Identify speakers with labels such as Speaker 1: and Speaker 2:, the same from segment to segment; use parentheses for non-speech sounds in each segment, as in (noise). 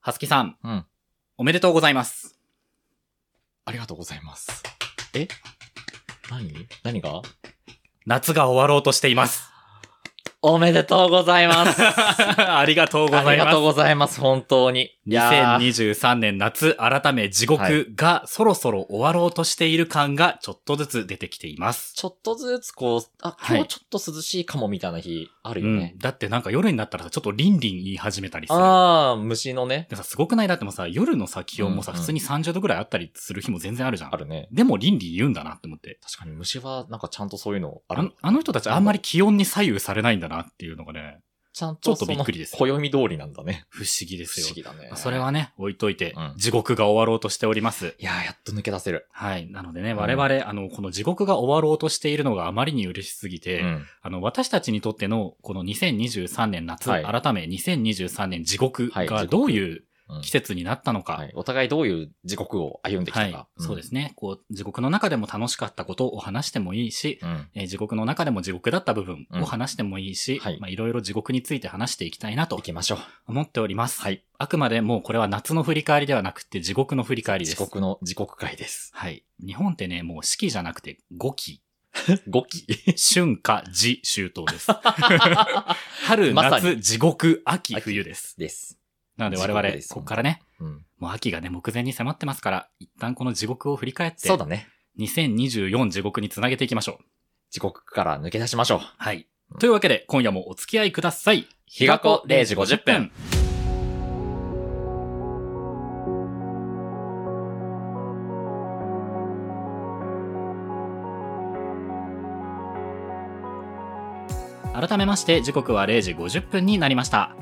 Speaker 1: はすきさん、
Speaker 2: うん
Speaker 1: おめでとうございます。
Speaker 2: ありがとうございます。え何何が
Speaker 1: 夏が終わろうとしてい
Speaker 2: (laughs)
Speaker 1: ます。
Speaker 2: おめでとうございま (laughs) す。
Speaker 1: ありがとうご
Speaker 2: あ
Speaker 1: ざ
Speaker 2: り
Speaker 1: い
Speaker 2: がとう
Speaker 1: ま
Speaker 2: ございます、本当に。い
Speaker 1: す。
Speaker 2: やー
Speaker 1: 2023年夏、改め地獄がそろそろ終わろうとしている感がちょっとずつ出てきています。
Speaker 2: ちょっとずつこう、あ、
Speaker 1: はい
Speaker 2: 今日ちょっと涼しいかもみたいな日あるよ
Speaker 1: う
Speaker 2: ね
Speaker 1: ん。。だってなんか夜になったらさ、ちょっとリンリン言い始めたりする。
Speaker 2: ああ、虫のね、
Speaker 1: でさ、すごくないだってもうさ、夜のさ、気温もさ、
Speaker 2: うんうん
Speaker 1: 普通に30度ぐらいあったりする日も全然あるじゃん。
Speaker 2: あるね。
Speaker 1: でも、リンリン言うんだなって思って。
Speaker 2: 確かに虫はなんかちゃんとそういうのあ
Speaker 1: あ
Speaker 2: る
Speaker 1: の。あの人たちあんまり気温に左右されないんだなっていうのがね、
Speaker 2: ちゃん
Speaker 1: ちょ
Speaker 2: と
Speaker 1: っと
Speaker 2: その
Speaker 1: びっくりですよ
Speaker 2: 暦通りなんだね。
Speaker 1: 不思議で
Speaker 2: 不
Speaker 1: すよ
Speaker 2: 思。議だね
Speaker 1: まあ。それ。はね、置いといて、
Speaker 2: うん
Speaker 1: 地獄が終わろうとしております。
Speaker 2: いやー、やっと抜け出せる。
Speaker 1: はい。なのでね、
Speaker 2: ん
Speaker 1: 我々、あの、この地獄が終わろうとしているのがあまりに嬉しすぎて、
Speaker 2: うん
Speaker 1: あの、私たちにとっての、この2023年夏、
Speaker 2: はい
Speaker 1: 改め2023年地獄
Speaker 2: はい地
Speaker 1: が
Speaker 2: 獄
Speaker 1: どういう
Speaker 2: うん
Speaker 1: 季節になったのか、
Speaker 2: はい。お互いどういう時刻を歩んでき
Speaker 1: は
Speaker 2: た
Speaker 1: い
Speaker 2: か。。
Speaker 1: そうですすね。こう、地獄の中でも楽しかったことを話してもいいし、
Speaker 2: うん。
Speaker 1: えー地獄の中でも地獄だった部分を話してもいいし、
Speaker 2: うんはい
Speaker 1: まあいろいろ地獄について話していきたいなと
Speaker 2: 行きましょう。
Speaker 1: 思っております。
Speaker 2: はい
Speaker 1: あくまでもうこれは夏の振り返りではなくて地獄の振り返りで
Speaker 2: 時
Speaker 1: す。
Speaker 2: 刻の時刻
Speaker 1: (laughs)
Speaker 2: 会です。
Speaker 1: はい。日本ってね、もう四季じゃなくて五季。
Speaker 2: 5期。
Speaker 1: 春
Speaker 2: (laughs)
Speaker 1: 夏、時、秋冬です。春、
Speaker 2: まさに
Speaker 1: 夏、地獄、秋、冬です。
Speaker 2: です。
Speaker 1: なので我
Speaker 2: 地
Speaker 1: 々、
Speaker 2: 獄です
Speaker 1: ここからね、
Speaker 2: うん。
Speaker 1: もう秋がね、目前に迫ってますから、一旦この地獄を振り返って、
Speaker 2: そうだね。
Speaker 1: 2024地獄につなげていきましょう。
Speaker 2: 時刻から抜け出しましょう。
Speaker 1: はい。
Speaker 2: うん
Speaker 1: というわけで、今夜もお付き合いください。
Speaker 2: 日が子0時50分。
Speaker 1: 改めまして、時刻は0時50分になりました。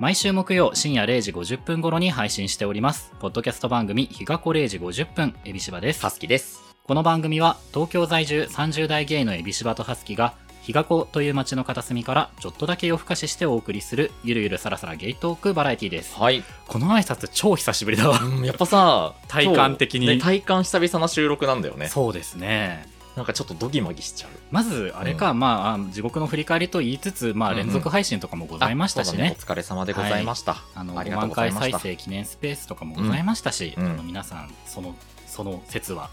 Speaker 1: 毎週木曜深夜0時50分頃に配信しております。ポッドキャスト番組、日が子0時50分、エビシバです
Speaker 2: さ。すきです。
Speaker 1: この番組は東京在住30代ゲイのエビシバとハスキが日が子という街の片隅からちょっとだけ夜更かししてお送りするゆるゆるさらさらゲイトークバラエティです
Speaker 2: はい。
Speaker 1: この挨拶超久しぶりだわ
Speaker 2: うん、やっぱさ、
Speaker 1: 体感的に
Speaker 2: 今日ね体感久々な収録なんだよね。
Speaker 1: (laughs) そうですね
Speaker 2: なんかちょっとドギマギしちゃう。
Speaker 1: まずあれか、まああの地獄の振り返りと言いつつまあ
Speaker 2: うんうん
Speaker 1: 連続配信とかもございましたし
Speaker 2: あ
Speaker 1: ね,、
Speaker 2: そうだお疲れ様でございました。
Speaker 1: あの
Speaker 2: あり
Speaker 1: 5
Speaker 2: がと
Speaker 1: 万
Speaker 2: うござ
Speaker 1: 回
Speaker 2: いま
Speaker 1: 再
Speaker 2: した。
Speaker 1: 生記念スペースとかもございましたし、
Speaker 2: うんうん
Speaker 1: あの皆さんそのその説は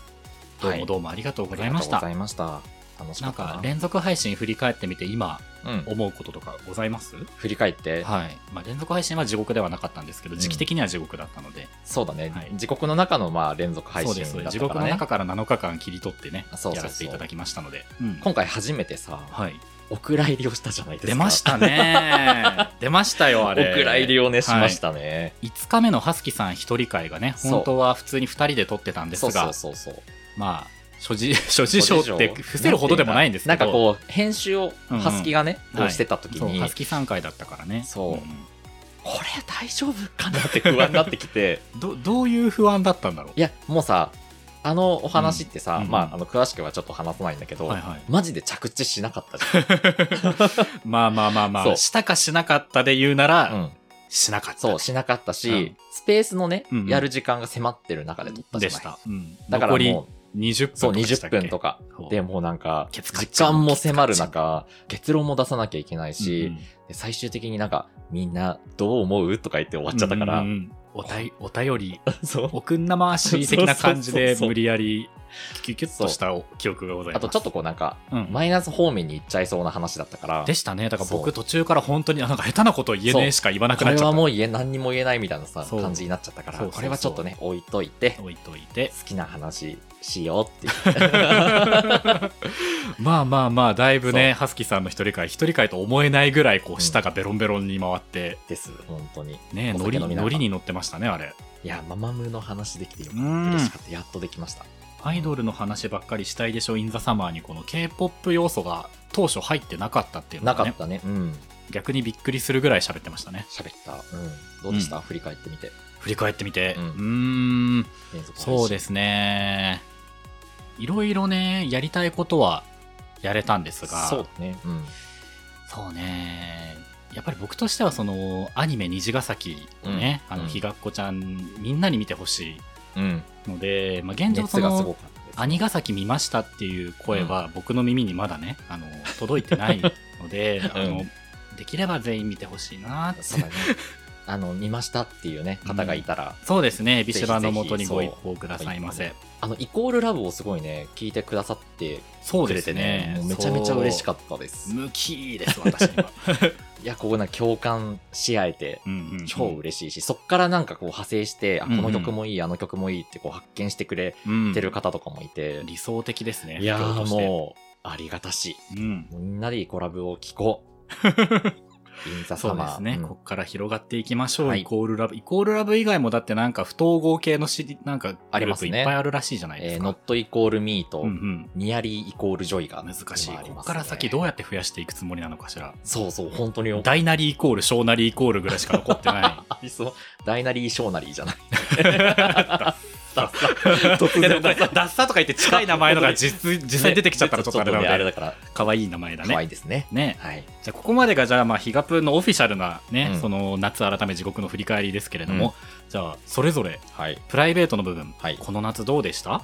Speaker 1: どうもどうもありがとうございました、
Speaker 2: ありがとうございました。楽しか
Speaker 1: なん
Speaker 2: ったな。
Speaker 1: か連続配信振り返ってみて今
Speaker 2: うん、
Speaker 1: 思うこととかございます
Speaker 2: 振り返って、
Speaker 1: はいまあ、連続配信は地獄ではなかったんですけど、
Speaker 2: うん
Speaker 1: 時期的には地獄だったので、
Speaker 2: そうだね、
Speaker 1: はい
Speaker 2: 時刻の中のまあ連続配
Speaker 1: そう
Speaker 2: 信
Speaker 1: です、そうで
Speaker 2: だっ
Speaker 1: す地
Speaker 2: たか
Speaker 1: 獄
Speaker 2: ら
Speaker 1: の
Speaker 2: ね
Speaker 1: 中。から7日間切り取ってね、
Speaker 2: そうそうそう
Speaker 1: やらせていただきましたので、うん
Speaker 2: 今回初めてさ、
Speaker 1: はい、
Speaker 2: お蔵入りをしたじゃないですか。
Speaker 1: 出ました
Speaker 2: (laughs)
Speaker 1: ね、出ましたよ、あ
Speaker 2: お
Speaker 1: れ、
Speaker 2: 蔵入りをね、しましたね。
Speaker 1: 5日目のハスキさん1人会がね、
Speaker 2: そう
Speaker 1: 本当は普通に2人で撮ってたんです
Speaker 2: そう
Speaker 1: が、
Speaker 2: そうそうそう。
Speaker 1: まあ、諸 (laughs) 事諸事情って伏せるほどでもないんですけど、
Speaker 2: なんかこう編集を
Speaker 1: うんうん
Speaker 2: ハスキがね、こう
Speaker 1: はい
Speaker 2: してた時
Speaker 1: そう
Speaker 2: に、
Speaker 1: ハスキさん会だったからね、
Speaker 2: そうんこれ大丈夫かなって不安になってき
Speaker 1: (laughs)
Speaker 2: て
Speaker 1: ど、どういう不安だったんだろ
Speaker 2: いやもうさあのお話ってさ、
Speaker 1: うん
Speaker 2: まああの詳しくはちょっと話さないんだけ
Speaker 1: う。
Speaker 2: ど、
Speaker 1: はいはい、
Speaker 2: マジで着地しなかったじゃん、
Speaker 1: まあまあまあま
Speaker 2: そ
Speaker 1: あ、
Speaker 2: う
Speaker 1: したかしなかったで言うな (laughs) ら、
Speaker 2: うん
Speaker 1: しなかった。
Speaker 2: そうしなかったし、
Speaker 1: うん
Speaker 2: スペースのね、
Speaker 1: うんうん
Speaker 2: やる時間が迫ってる中で撮ったじゃ
Speaker 1: で
Speaker 2: ない
Speaker 1: した。うん
Speaker 2: だから
Speaker 1: 残り
Speaker 2: もう
Speaker 1: 20分
Speaker 2: そう
Speaker 1: でした
Speaker 2: 20
Speaker 1: っけ
Speaker 2: 分とか
Speaker 1: そう
Speaker 2: でもうなんか
Speaker 1: ケツカ
Speaker 2: 時
Speaker 1: チ
Speaker 2: 間も迫る中結論も出さなきゃいけないし、
Speaker 1: うんうん
Speaker 2: で最終的になんかみんなどう思うとか言って終わっちゃったから、
Speaker 1: うんうんうんおたいお便り、 (laughs)
Speaker 2: そう
Speaker 1: おくんな回し的な感じで
Speaker 2: (laughs) そうそうそうそう
Speaker 1: 無理やりキュキュッとした記憶がございます。
Speaker 2: (laughs) あとちょっとこうなんか
Speaker 1: うん
Speaker 2: マイナス方面に行っちゃいそうな話だったから
Speaker 1: でしたね。だから
Speaker 2: そ
Speaker 1: 僕
Speaker 2: う
Speaker 1: 途中から本当にあなんか下手なこと言えねえしか言わなく
Speaker 2: こ
Speaker 1: なっ
Speaker 2: れ
Speaker 1: ちゃ
Speaker 2: は
Speaker 1: った。
Speaker 2: もう言え何にも言えないみたいなさ
Speaker 1: そう
Speaker 2: 感じになっちゃったから
Speaker 1: そうそうそう
Speaker 2: これはちょっとね置いといて
Speaker 1: 置いといて。
Speaker 2: 好きな話しようって
Speaker 1: (laughs) まあまあまあ、だいぶね、ハスキさんの一人会、一人会と思えないぐらい、こう、舌がベロンベロンに回って、
Speaker 2: です本当に
Speaker 1: ね、
Speaker 2: お
Speaker 1: ノ
Speaker 2: 酒
Speaker 1: リ、
Speaker 2: 飲みなが
Speaker 1: ノ
Speaker 2: ら
Speaker 1: リに乗ってましたね、あれ。
Speaker 2: いやママムーの話できてよかっ
Speaker 1: うん
Speaker 2: た嬉しかったやっとできました
Speaker 1: アイドルの話ばっかりしたいでしょ、インザサマーにこの K-POP 要素が当初入ってなかったっていうの
Speaker 2: な
Speaker 1: が、
Speaker 2: か
Speaker 1: ね
Speaker 2: っ、たねうん
Speaker 1: 逆にびっくりするぐらい喋ってましたね。
Speaker 2: 喋ったうんどうでした振り返ってみて
Speaker 1: 振り返ってみて、う
Speaker 2: うん
Speaker 1: ーん、
Speaker 2: 連続配信
Speaker 1: そうですね。いろいろね、やりたいことはやれたんですが、
Speaker 2: そうだねうん
Speaker 1: そうね。やっぱり僕としてはそのアニメ「虹ヶ崎」をね、
Speaker 2: うん
Speaker 1: あ
Speaker 2: う
Speaker 1: の
Speaker 2: ん
Speaker 1: 日がっこちゃんみんなに見てほし
Speaker 2: うん
Speaker 1: いので、まあ、現状そ
Speaker 2: 熱が
Speaker 1: の
Speaker 2: すごかったです
Speaker 1: 兄ヶ崎見ましたっていう声は僕の耳にまだね、あの
Speaker 2: (laughs)
Speaker 1: 届いてないので、あのできれば全員見てほしいなって (laughs)
Speaker 2: そうだねあの見ましたっていうね方がいたら、
Speaker 1: そうですね。ビシバの
Speaker 2: ぜひぜひ
Speaker 1: もとにご一報くださいませ。
Speaker 2: あのイコールラブをすごいね聞いてくださって
Speaker 1: そう
Speaker 2: く
Speaker 1: で
Speaker 2: れ
Speaker 1: す
Speaker 2: て
Speaker 1: ね。
Speaker 2: ねもうめちゃめちゃ嬉しか
Speaker 1: っ
Speaker 2: ったです
Speaker 1: た無気です、私に
Speaker 2: (laughs)
Speaker 1: は。
Speaker 2: いやここな共感し合えて
Speaker 1: うんうんうん
Speaker 2: 超嬉しいし、そっからなんかこう派生して、
Speaker 1: うんうん
Speaker 2: あこの曲もいいあの曲もいいってこう発見してくれ
Speaker 1: うん
Speaker 2: てる方とかもいて、
Speaker 1: 理想的ですね。
Speaker 2: いや
Speaker 1: 状況と
Speaker 2: ー
Speaker 1: して
Speaker 2: もうありがたし
Speaker 1: うん。
Speaker 2: みんなでイコラブを聴こ
Speaker 1: (laughs)
Speaker 2: うインザ
Speaker 1: そ
Speaker 2: サ
Speaker 1: う
Speaker 2: マ
Speaker 1: で
Speaker 2: ー
Speaker 1: すね。
Speaker 2: うん
Speaker 1: ここから広がっていきましょう。
Speaker 2: はい
Speaker 1: イコールラブ。イコールラブ以外もだってなんか不統合系のし、なんか
Speaker 2: あ
Speaker 1: グ
Speaker 2: り
Speaker 1: ル
Speaker 2: ま
Speaker 1: ー
Speaker 2: す
Speaker 1: プい
Speaker 2: ね
Speaker 1: っぱいあるらしいじゃないで
Speaker 2: え
Speaker 1: す
Speaker 2: ー、
Speaker 1: か。
Speaker 2: ノットイコールミーと、
Speaker 1: うん
Speaker 2: ニアリーイコールジョイが
Speaker 1: うん。難しい。
Speaker 2: 今あり
Speaker 1: ここ
Speaker 2: ますね
Speaker 1: から先どうやって増やしていくつもりなのかしら。
Speaker 2: そうそう本当によ
Speaker 1: 大なりイコール、小なりイコールぐらいしか残ってな
Speaker 2: ありそう大なり小なりじ
Speaker 1: (laughs)
Speaker 2: ゃない
Speaker 1: い。
Speaker 2: 突然
Speaker 1: いやでもこれダ (laughs) ッサとか言って近い名前の (laughs) が実実際出てきちゃったらちょっとあれな
Speaker 2: ねあ
Speaker 1: の
Speaker 2: れ
Speaker 1: で、
Speaker 2: だから
Speaker 1: 可愛い名前だ
Speaker 2: 可愛
Speaker 1: ね。
Speaker 2: いですね
Speaker 1: ね。
Speaker 2: はい
Speaker 1: じゃあここまでがじゃあまあヒガプーのオフィシャルなね、
Speaker 2: うん
Speaker 1: その夏改め地獄の振り返りですけれども、じゃあそれぞれ
Speaker 2: はい
Speaker 1: プライベートの部分、
Speaker 2: はい
Speaker 1: この夏どうでした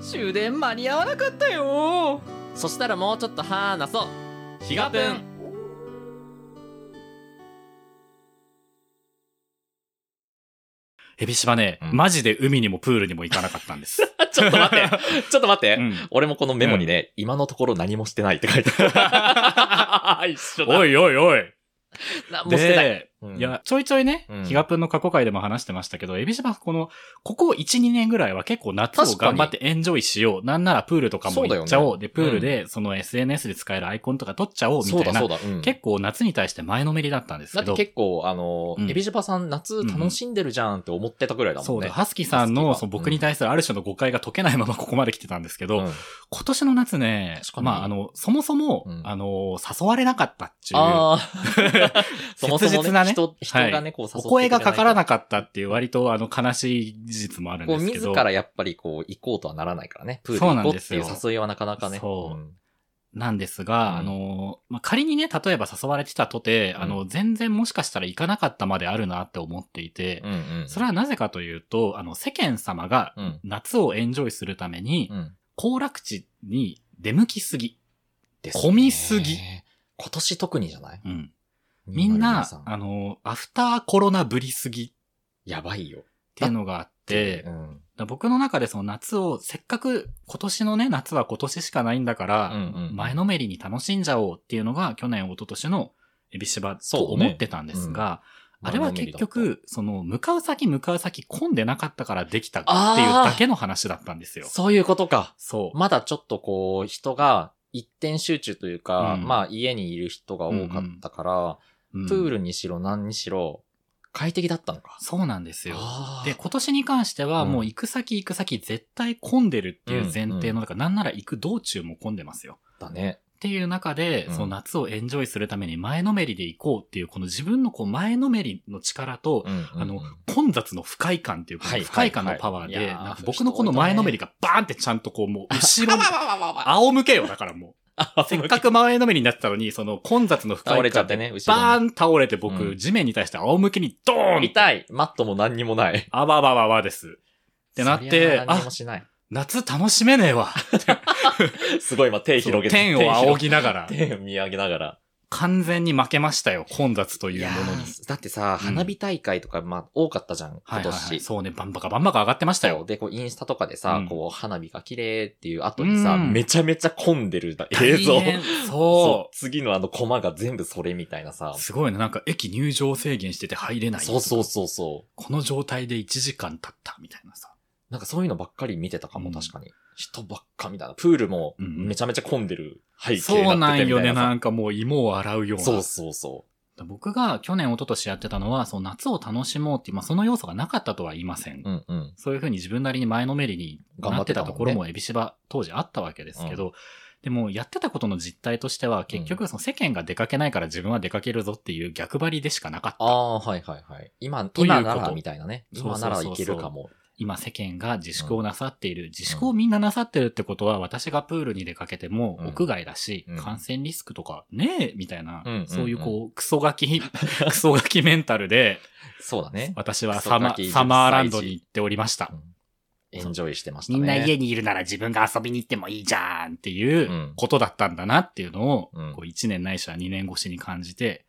Speaker 3: 終電間に合わなかったよそしたらもうちょっと話そう
Speaker 1: ヒ
Speaker 3: ガプー
Speaker 1: エビシバね、
Speaker 2: うん
Speaker 1: マジで海にもプールにも行かなかったん (laughs) です。
Speaker 2: あちょっと待ってちょっと待って、
Speaker 1: うん
Speaker 2: 俺もこのメモにね、今のところ何もしてないって書いてあ
Speaker 1: (laughs)
Speaker 2: る。一緒だ。
Speaker 1: おいおいおい。
Speaker 2: 何もしてない。
Speaker 1: で、
Speaker 2: うん
Speaker 1: いや、ちょいちょいね
Speaker 2: う、ん
Speaker 1: ヒガプンの過去回でも話してましたけど、エビシバ、この、ここ1、2年ぐらいは結構夏を
Speaker 2: 確か
Speaker 1: 頑
Speaker 2: に
Speaker 1: 張ってエンジョイしよう。なんならプールとかも行っちゃおう。
Speaker 2: そうだよね
Speaker 1: で、プールで、その SNS で使えるアイコンとか撮っちゃおうみ
Speaker 2: そう
Speaker 1: たいな
Speaker 2: だそう。だ。うん
Speaker 1: 結構夏に対して前のめりだったんです
Speaker 2: だ
Speaker 1: け
Speaker 2: って
Speaker 1: ど。
Speaker 2: 結構、あの、
Speaker 1: うん
Speaker 2: エビジバさん夏楽しんでるじゃんって思ってたぐらいだ
Speaker 1: そ
Speaker 2: も
Speaker 1: うんだ、
Speaker 2: ね。
Speaker 1: ハスキーさんの
Speaker 2: ハスキーが
Speaker 1: そう僕に対するある種の誤解が解けないままここまで来てたんですけど、
Speaker 2: うん
Speaker 1: 今年の夏ね
Speaker 2: 確か、に
Speaker 1: まあ、あの、そもそも、
Speaker 2: うん
Speaker 1: あの、誘われなかったっていう、
Speaker 2: ああ、 (laughs) そもそ
Speaker 1: 切
Speaker 2: も
Speaker 1: 実な
Speaker 2: ね、
Speaker 1: ね
Speaker 2: 人人がね、こう誘って
Speaker 1: お
Speaker 2: くれ
Speaker 1: 声がかからな
Speaker 2: く
Speaker 1: かったっていう割とあの悲しい事実もあるんで
Speaker 2: こう、
Speaker 1: すけ
Speaker 2: 自
Speaker 1: ど。
Speaker 2: らやっぱりこう、行こうとはならないからね。プール
Speaker 1: そうな
Speaker 2: 行
Speaker 1: ん
Speaker 2: こう
Speaker 1: で
Speaker 2: っ
Speaker 1: す
Speaker 2: てい
Speaker 1: よ
Speaker 2: う誘いはなかなかね。
Speaker 1: そうんなんですが、
Speaker 2: うん
Speaker 1: あの、まあ、仮にね、例えば誘われてたとて、
Speaker 2: うん
Speaker 1: あの、全然もしかしたら行かなかったまであるなって思っていて、
Speaker 2: うんうん。
Speaker 1: それはなぜかというと、あの、世間様が
Speaker 2: うん。
Speaker 1: 夏をエンジョイするために、
Speaker 2: うん。
Speaker 1: 行楽地に出向きすぎ。
Speaker 2: です
Speaker 1: 混みすぎ
Speaker 2: ね今年特にじゃない
Speaker 1: うん。みんな
Speaker 2: 2023、
Speaker 1: あの、アフターコロナぶりすぎっ
Speaker 2: やばいよ。
Speaker 1: ていうのがあって、だか
Speaker 2: うん
Speaker 1: ら僕の中でその夏を、せっかく今年のね、夏は今年しかないんだから、
Speaker 2: うんうん
Speaker 1: 前のめりに楽しんじゃおうっていうのが去年、一昨年のエビシバと
Speaker 2: そうね
Speaker 1: 思ってたんですが、あれは結、局、その、向かう先向かう先混んでなかったからできたっていうだけの話だったんですよ。
Speaker 2: そういうことか。
Speaker 1: そう。
Speaker 2: まだちょっとこう、人が一点集中というか、
Speaker 1: うん
Speaker 2: まあ家にいる人が多かったから、
Speaker 1: うん
Speaker 2: プールにしろ何にしろ、快適だったのか。
Speaker 1: そうなんですよ。
Speaker 2: あー
Speaker 1: で、今年に関しては、
Speaker 2: うん
Speaker 1: もう行く先行く先絶対混んでるっていう前
Speaker 2: うん
Speaker 1: 提
Speaker 2: うん
Speaker 1: の、だからなんなら行く道中も混んでますよ。
Speaker 2: だね。
Speaker 1: っていう中で、
Speaker 2: うん
Speaker 1: その夏をエンジョイするために前のめりで行こうっていう、この自分のこう前のめりの力と、あの、混雑の不快感っていう、こ
Speaker 2: は
Speaker 1: の
Speaker 2: いはいは
Speaker 1: 不
Speaker 2: い
Speaker 1: 快感のパワー
Speaker 2: い
Speaker 1: で、
Speaker 2: やー
Speaker 1: なんか僕のこの前のめりがバーンってちゃんとこうもう後ろ
Speaker 2: あ (laughs)
Speaker 1: に
Speaker 2: わ、わわわわ
Speaker 1: 仰向けよ、だから
Speaker 2: (laughs)
Speaker 1: もう。せっかく前のめりになってたのに、その混雑の不快感
Speaker 2: 倒れ
Speaker 1: で
Speaker 2: ちゃってね、後ろに。
Speaker 1: バーン倒れて僕、
Speaker 2: うん
Speaker 1: 地面に対して仰向けにドーンって
Speaker 2: 痛い。マットも何にもない。っ
Speaker 1: あばばばばです。ってなって、
Speaker 2: 何に
Speaker 1: あ
Speaker 2: も、しない。
Speaker 1: 夏楽しめねえわ。
Speaker 2: すごい、今手広げて。
Speaker 1: 天を仰ぎなが
Speaker 2: 手
Speaker 1: ら、
Speaker 2: 広げて天を見上げながら。
Speaker 1: 完全に負けましたよ、混雑と
Speaker 2: い
Speaker 1: いう
Speaker 2: や
Speaker 1: ものに。
Speaker 2: ーだってさ、花火大会とか、まあ、多かったじゃん、
Speaker 1: は
Speaker 2: 今
Speaker 1: いはいはい。
Speaker 2: 年。
Speaker 1: そうね、バンバカバンバカ上がってました
Speaker 2: そう
Speaker 1: よ。
Speaker 2: で、こう、インスタとかでさ、
Speaker 1: うん
Speaker 2: こう、花火が綺麗っていう後にさ、
Speaker 1: うん
Speaker 2: めちゃめちゃ混んでる映像
Speaker 1: 大。変
Speaker 2: そ。
Speaker 1: そう
Speaker 2: 次のあの、コマが全部それみたいなさ
Speaker 1: う。。すごいね、なんか駅入場制限してて入れない。
Speaker 2: そうそうそうそう。
Speaker 1: この状態で1時間経ったみたいなさ。
Speaker 2: なんかそういうのばっかり見てたかも、
Speaker 1: うん
Speaker 2: 確かに。人ばっかみたいな。プールも、
Speaker 1: うんうん
Speaker 2: めちゃめちゃ混んでる背景
Speaker 1: そう
Speaker 2: にな
Speaker 1: な
Speaker 2: ってて
Speaker 1: ん
Speaker 2: み
Speaker 1: よ
Speaker 2: たい
Speaker 1: ね、
Speaker 2: な
Speaker 1: な
Speaker 2: さ。
Speaker 1: んかもう芋を洗うような。
Speaker 2: そうそうそ
Speaker 1: 僕が去年、一昨年やってたのは、その夏を楽しもうっていう、まあその要素がなかったとは言いません
Speaker 2: う。うんうん。
Speaker 1: そういうふうに自分なりに前のめりになってたところもエビシバ当時あったわけですけど、でもやってたことの実態としては結局その世間が出かけないから自分は出かけるぞっていう逆張りでしかなかった。
Speaker 2: ああー、はいはいはい。今、
Speaker 1: ということ
Speaker 2: 今ならみたいなね。今ならいけるかも。
Speaker 1: 今世間が自粛をなさっている。自粛をみんななさってるってことは私がプールに出かけても
Speaker 2: うん
Speaker 1: 屋外だし、
Speaker 2: うん
Speaker 1: 感染リスクとかねえみたいな、
Speaker 2: うんうんうん
Speaker 1: そういうこうクソガ
Speaker 2: (laughs)
Speaker 1: キ、クソガキメンタルで
Speaker 2: そうだね。
Speaker 1: 私は
Speaker 2: クソ
Speaker 1: サ
Speaker 2: ガ
Speaker 1: マ
Speaker 2: キ
Speaker 1: サマーランドに行っておりました。
Speaker 2: エンジョイしてましたね。
Speaker 1: みんな家にいるなら自分が遊びに行ってもいいじゃんっていう
Speaker 2: うん
Speaker 1: ことだったんだなっていうのを、
Speaker 2: うん
Speaker 1: こう1年ないしは2年越しに感じて、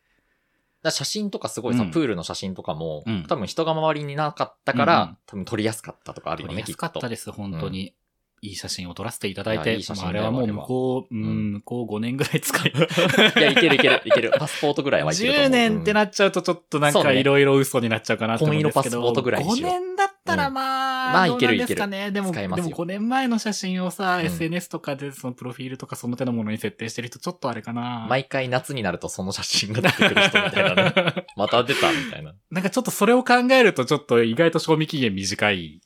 Speaker 2: だから写真とかすごいさ、
Speaker 1: うん
Speaker 2: プールの写真とかも、
Speaker 1: うん
Speaker 2: 多分人が周りになかった
Speaker 1: う
Speaker 2: か
Speaker 1: んうん
Speaker 2: ら、多分撮りやすかったとかあ
Speaker 1: 撮
Speaker 2: るよ
Speaker 1: り
Speaker 2: ね、
Speaker 1: や
Speaker 2: き
Speaker 1: す
Speaker 2: っ
Speaker 1: かった
Speaker 2: と。
Speaker 1: です、本当に。いい写真を撮らせていただい
Speaker 2: いや
Speaker 1: て、
Speaker 2: いい写真
Speaker 1: まああ
Speaker 2: だ
Speaker 1: れ
Speaker 2: よ
Speaker 1: はもう
Speaker 2: あれは
Speaker 1: 向こう、う、
Speaker 2: うん
Speaker 1: 向こう5年ぐらい使い、
Speaker 2: (laughs) (laughs) いや、いけるいける、いける。パスポートぐらいはいけると思う。
Speaker 1: 10年って
Speaker 2: うん
Speaker 1: なっちゃうとちょっとなん
Speaker 2: そう
Speaker 1: か
Speaker 2: ね
Speaker 1: いろいろ嘘になっちゃうかなと思うんですけど、
Speaker 2: 紺色パスポートぐらいに
Speaker 1: 5
Speaker 2: しよう
Speaker 1: 年だったらまあ、
Speaker 2: うんまあ
Speaker 1: どうなん
Speaker 2: いけるいける
Speaker 1: ですかね。でも、
Speaker 2: 使
Speaker 1: で
Speaker 2: え
Speaker 1: も
Speaker 2: ますよ
Speaker 1: 5年前の写真をさ、
Speaker 2: うん
Speaker 1: SNS とかでそのプロフィールとかその手のものに設定してる人ちょっとあれかな。
Speaker 2: 毎回夏になるとその写真が出てくる人みた
Speaker 1: (laughs)
Speaker 2: いなね。また出たみたいな。
Speaker 1: なんかちょっとそれを考えるとちょっと意外と賞味期限短い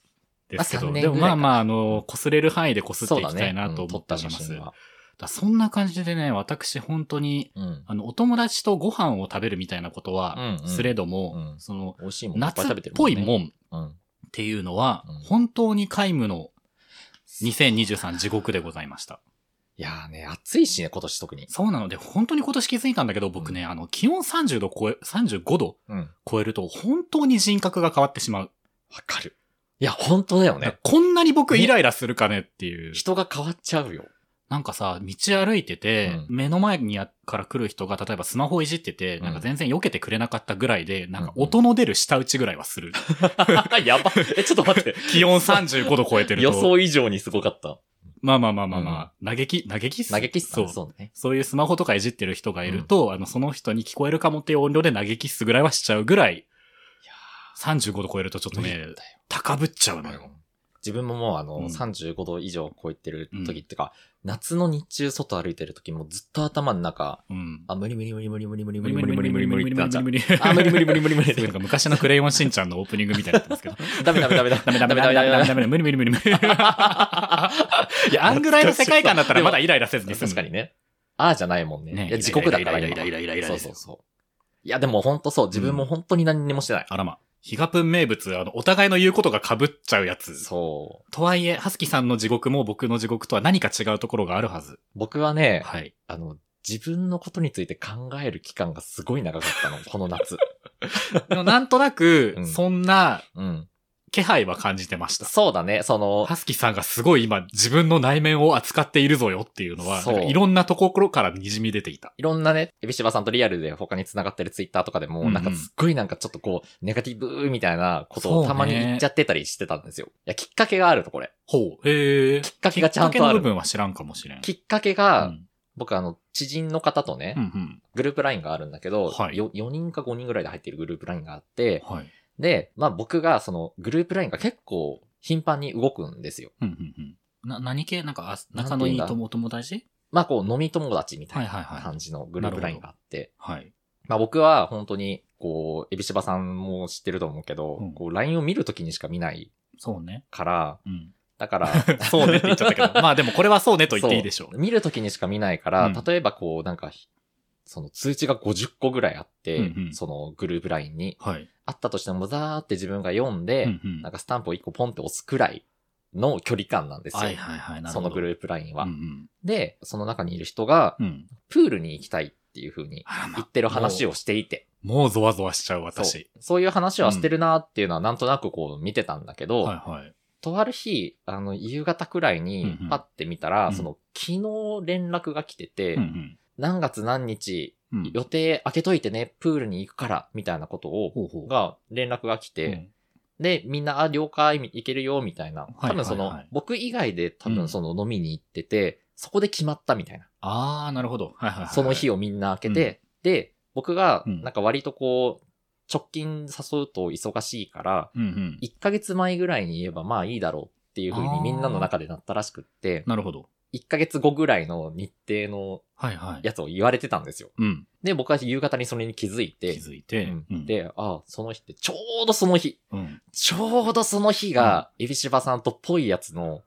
Speaker 1: ですけど、
Speaker 2: まあ3年
Speaker 1: でもまあ
Speaker 2: ぐらいか
Speaker 1: まあ、あの、擦れる範囲で擦っていきたいなと
Speaker 2: うん
Speaker 1: 思
Speaker 2: 撮
Speaker 1: っ
Speaker 2: って
Speaker 1: お
Speaker 2: た
Speaker 1: りま
Speaker 2: 写
Speaker 1: す。
Speaker 2: 真は。
Speaker 1: だそんな感じでね、私本当に、
Speaker 2: うん。
Speaker 1: あの、お友達とご飯を食べるみたいなことは、
Speaker 2: うんうん
Speaker 1: すれども、
Speaker 2: うん
Speaker 1: その、
Speaker 2: 美味しいもんいっぱい
Speaker 1: 夏っ
Speaker 2: 食べてる
Speaker 1: ぽ
Speaker 2: もん
Speaker 1: い
Speaker 2: ね。
Speaker 1: もんっ
Speaker 2: うん。
Speaker 1: ていうのは
Speaker 2: うん、
Speaker 1: 本当に皆無の2023地獄でございました。
Speaker 2: いやーね、暑いしね、今年特に。
Speaker 1: そうなので、本当に今年気づいたんだけど、僕ね、あの、気温30度超え、35度
Speaker 2: うん。わ
Speaker 1: 超えると、本当に人格が変わってしまう。
Speaker 2: かる。いや、本当だよね。
Speaker 1: こんなに僕イライラするかねっていう。
Speaker 2: 人が変わっちゃうよ。
Speaker 1: なんかさ、道歩いてて、
Speaker 2: う
Speaker 1: 目の前にやから来る人が、例えばスマホいじってて、なんか全然避けてくれなかったぐらいで、なんか音の出る舌打ちぐらいはする。
Speaker 2: やば。え、ちょっと待って。
Speaker 1: 気温35度超えてると。
Speaker 2: 予想以上にすごかった。
Speaker 1: まあまあまあまあまあ、嘆き、嘆きっす
Speaker 2: 投げキッス
Speaker 1: そう。
Speaker 2: そうね。
Speaker 1: そういうスマホとかいじってる人がいると、あの、その人に聞こえるかもっていう音量で嘆きっすぐらいはしちゃうぐらい、35度超えるとちょっとね、高ぶっちゃうのよ。
Speaker 2: 自分ももうあの、
Speaker 1: うん
Speaker 2: 35度以上超えてる時ってか、夏の日中外歩いてる時もずっと頭の中、
Speaker 1: うん。
Speaker 2: あ、無理無理無理無理無理無理無理無理無理無理無理ってなっちゃう。
Speaker 1: 無理
Speaker 2: あ、無理無理無理無理無理
Speaker 1: なんか昔のクレヨンしんちゃんのオープニングみたいになってますけど。
Speaker 2: ダメダメダメダメ
Speaker 1: ダメダメダメダメダメダメ無理無理無理無理。いや、あんぐらいの世界観だったらまだイライラせずに済む。
Speaker 2: 確かにね。ああじゃないもんね。
Speaker 1: ね
Speaker 2: いや、地獄だから
Speaker 1: イライ
Speaker 2: 今。
Speaker 1: ライライライライライライライライライラ
Speaker 2: そうそうそう。いや、でも本当そう。自分も本当に何にもしてない。
Speaker 1: あらま。ヒガプン名物、あの、お互いの言うことが被っちゃうやつ。
Speaker 2: そう。
Speaker 1: とはいえ、ハスキさんの地獄も僕の地獄とは何か違うところがあるはず。
Speaker 2: 僕はね、
Speaker 1: はい。
Speaker 2: あの、自分のことについて考える期間がすごい長かったの、この夏。
Speaker 1: でもなんとなく
Speaker 2: う、ん
Speaker 1: そんな
Speaker 2: うん。
Speaker 1: 気配は感じてました。
Speaker 2: そうだね、その、
Speaker 1: ハスキさんがすごい今自分の内面を扱っているぞよっていうのは、
Speaker 2: そう
Speaker 1: なんかいろんなところから滲み出ていた。
Speaker 2: いろんなね、エビシバさんとリアルで他に繋がってるツイッターとかでも、
Speaker 1: うんうん
Speaker 2: なんかすっごいなんかちょっとこう、ネガティブみたいなこと
Speaker 1: そう
Speaker 2: を
Speaker 1: ね
Speaker 2: たまに言っちゃってたりしてたんですよ。いや、きっかけがあると、これ。
Speaker 1: ほう。へえ。きっ
Speaker 2: かけがちゃんとある
Speaker 1: っかけの部分は知らんかもしれん。
Speaker 2: きっかけ
Speaker 1: う
Speaker 2: が、
Speaker 1: ん
Speaker 2: 僕あの、知人の方とね、
Speaker 1: うんうん。
Speaker 2: グループラインがあるんだけど、
Speaker 1: はい
Speaker 2: よ4人か5人ぐらいで入ってるグループラインがあって、
Speaker 1: はい。
Speaker 2: で、まあ僕がそのグループラインが結構頻繁に動くんですよ。
Speaker 1: うんうんうん。な、何系なんか、あ
Speaker 2: なんて
Speaker 1: 仲
Speaker 2: 言うんだ
Speaker 1: のいい友、お友達
Speaker 2: まあこう飲み友達みた
Speaker 1: はいい
Speaker 2: な
Speaker 1: はいはい。
Speaker 2: 感じのグループラインがあって、
Speaker 1: はい。
Speaker 2: まあ僕は本当にこう、エビシバさんも知ってると思うけど、
Speaker 1: うん
Speaker 2: こう LINE を見るときにしか見ない
Speaker 1: そうね。
Speaker 2: から、
Speaker 1: うん。
Speaker 2: だから、
Speaker 1: (laughs) そうねって言っちゃったけ
Speaker 2: (laughs)
Speaker 1: ど。 (laughs) まあでもこれはそうねと言っていいでしょう。
Speaker 2: そう見るときにしか見ないから、
Speaker 1: うん
Speaker 2: 例えばこうなんか、その通知が50個ぐらいあって、
Speaker 1: うんうん
Speaker 2: そのグループラインに、
Speaker 1: はい。
Speaker 2: あったとしてもザーって自分が読んで、
Speaker 1: うんうん
Speaker 2: なんかスタンプを1個ポンって押すくらいの距離感なんですよ。
Speaker 1: はいはいはい。なる
Speaker 2: そ
Speaker 1: ほど。
Speaker 2: のグ
Speaker 1: ー
Speaker 2: ループラインは、
Speaker 1: うん
Speaker 2: で、その中にいる人が、
Speaker 1: うん。うん。
Speaker 2: プールに行きたいっていう風に
Speaker 1: あら
Speaker 2: 言っ
Speaker 1: ま。
Speaker 2: てる話をしていて、
Speaker 1: もうゾワゾワしちゃう
Speaker 2: そう
Speaker 1: 私。
Speaker 2: そういう話はしてるなっていうのはなんとなくこう見てたんだけど、
Speaker 1: はいはい。
Speaker 2: とある日、あの、夕方くらいに
Speaker 1: うんうん
Speaker 2: パッて見たら、
Speaker 1: うん
Speaker 2: その、昨日連絡が来てて、
Speaker 1: うん
Speaker 2: 何月何日
Speaker 1: うん。うん
Speaker 2: 予定開けといてね、プールに行くから、みたいなことを、
Speaker 1: ほうほう。
Speaker 2: が連絡が来て、
Speaker 1: うん
Speaker 2: で、みんな、あ、了解、行けるよ、みたいな。
Speaker 1: い
Speaker 2: 多分その、
Speaker 1: はいはい
Speaker 2: 僕以外で多
Speaker 1: うん
Speaker 2: 分その飲みに行ってて、そこで決まったみたいな。
Speaker 1: あー、なるほど。はいはいはい。
Speaker 2: その日
Speaker 1: を。
Speaker 2: をみんな開けて、で、僕が、
Speaker 1: うん
Speaker 2: なんか割とこう、直近誘うと忙しいから、
Speaker 1: うんうん。
Speaker 2: 1ヶ月前ぐらいに言えばまあいいだろうっていう風
Speaker 1: あー
Speaker 2: にみんなの中でなったらしくって、
Speaker 1: なるほど。
Speaker 2: 1ヶ月後ぐらいの日程の
Speaker 1: はいはい。
Speaker 2: やつを言われてたんですよ。
Speaker 1: うん。
Speaker 2: で、僕は夕方にそれに気づい
Speaker 1: 気
Speaker 2: て、
Speaker 1: づいて。
Speaker 2: うん
Speaker 1: うん、
Speaker 2: で、あ、その日って、ちょうどその日、
Speaker 1: うん。
Speaker 2: ちょうどその日が、エビシバさんとぽいやつの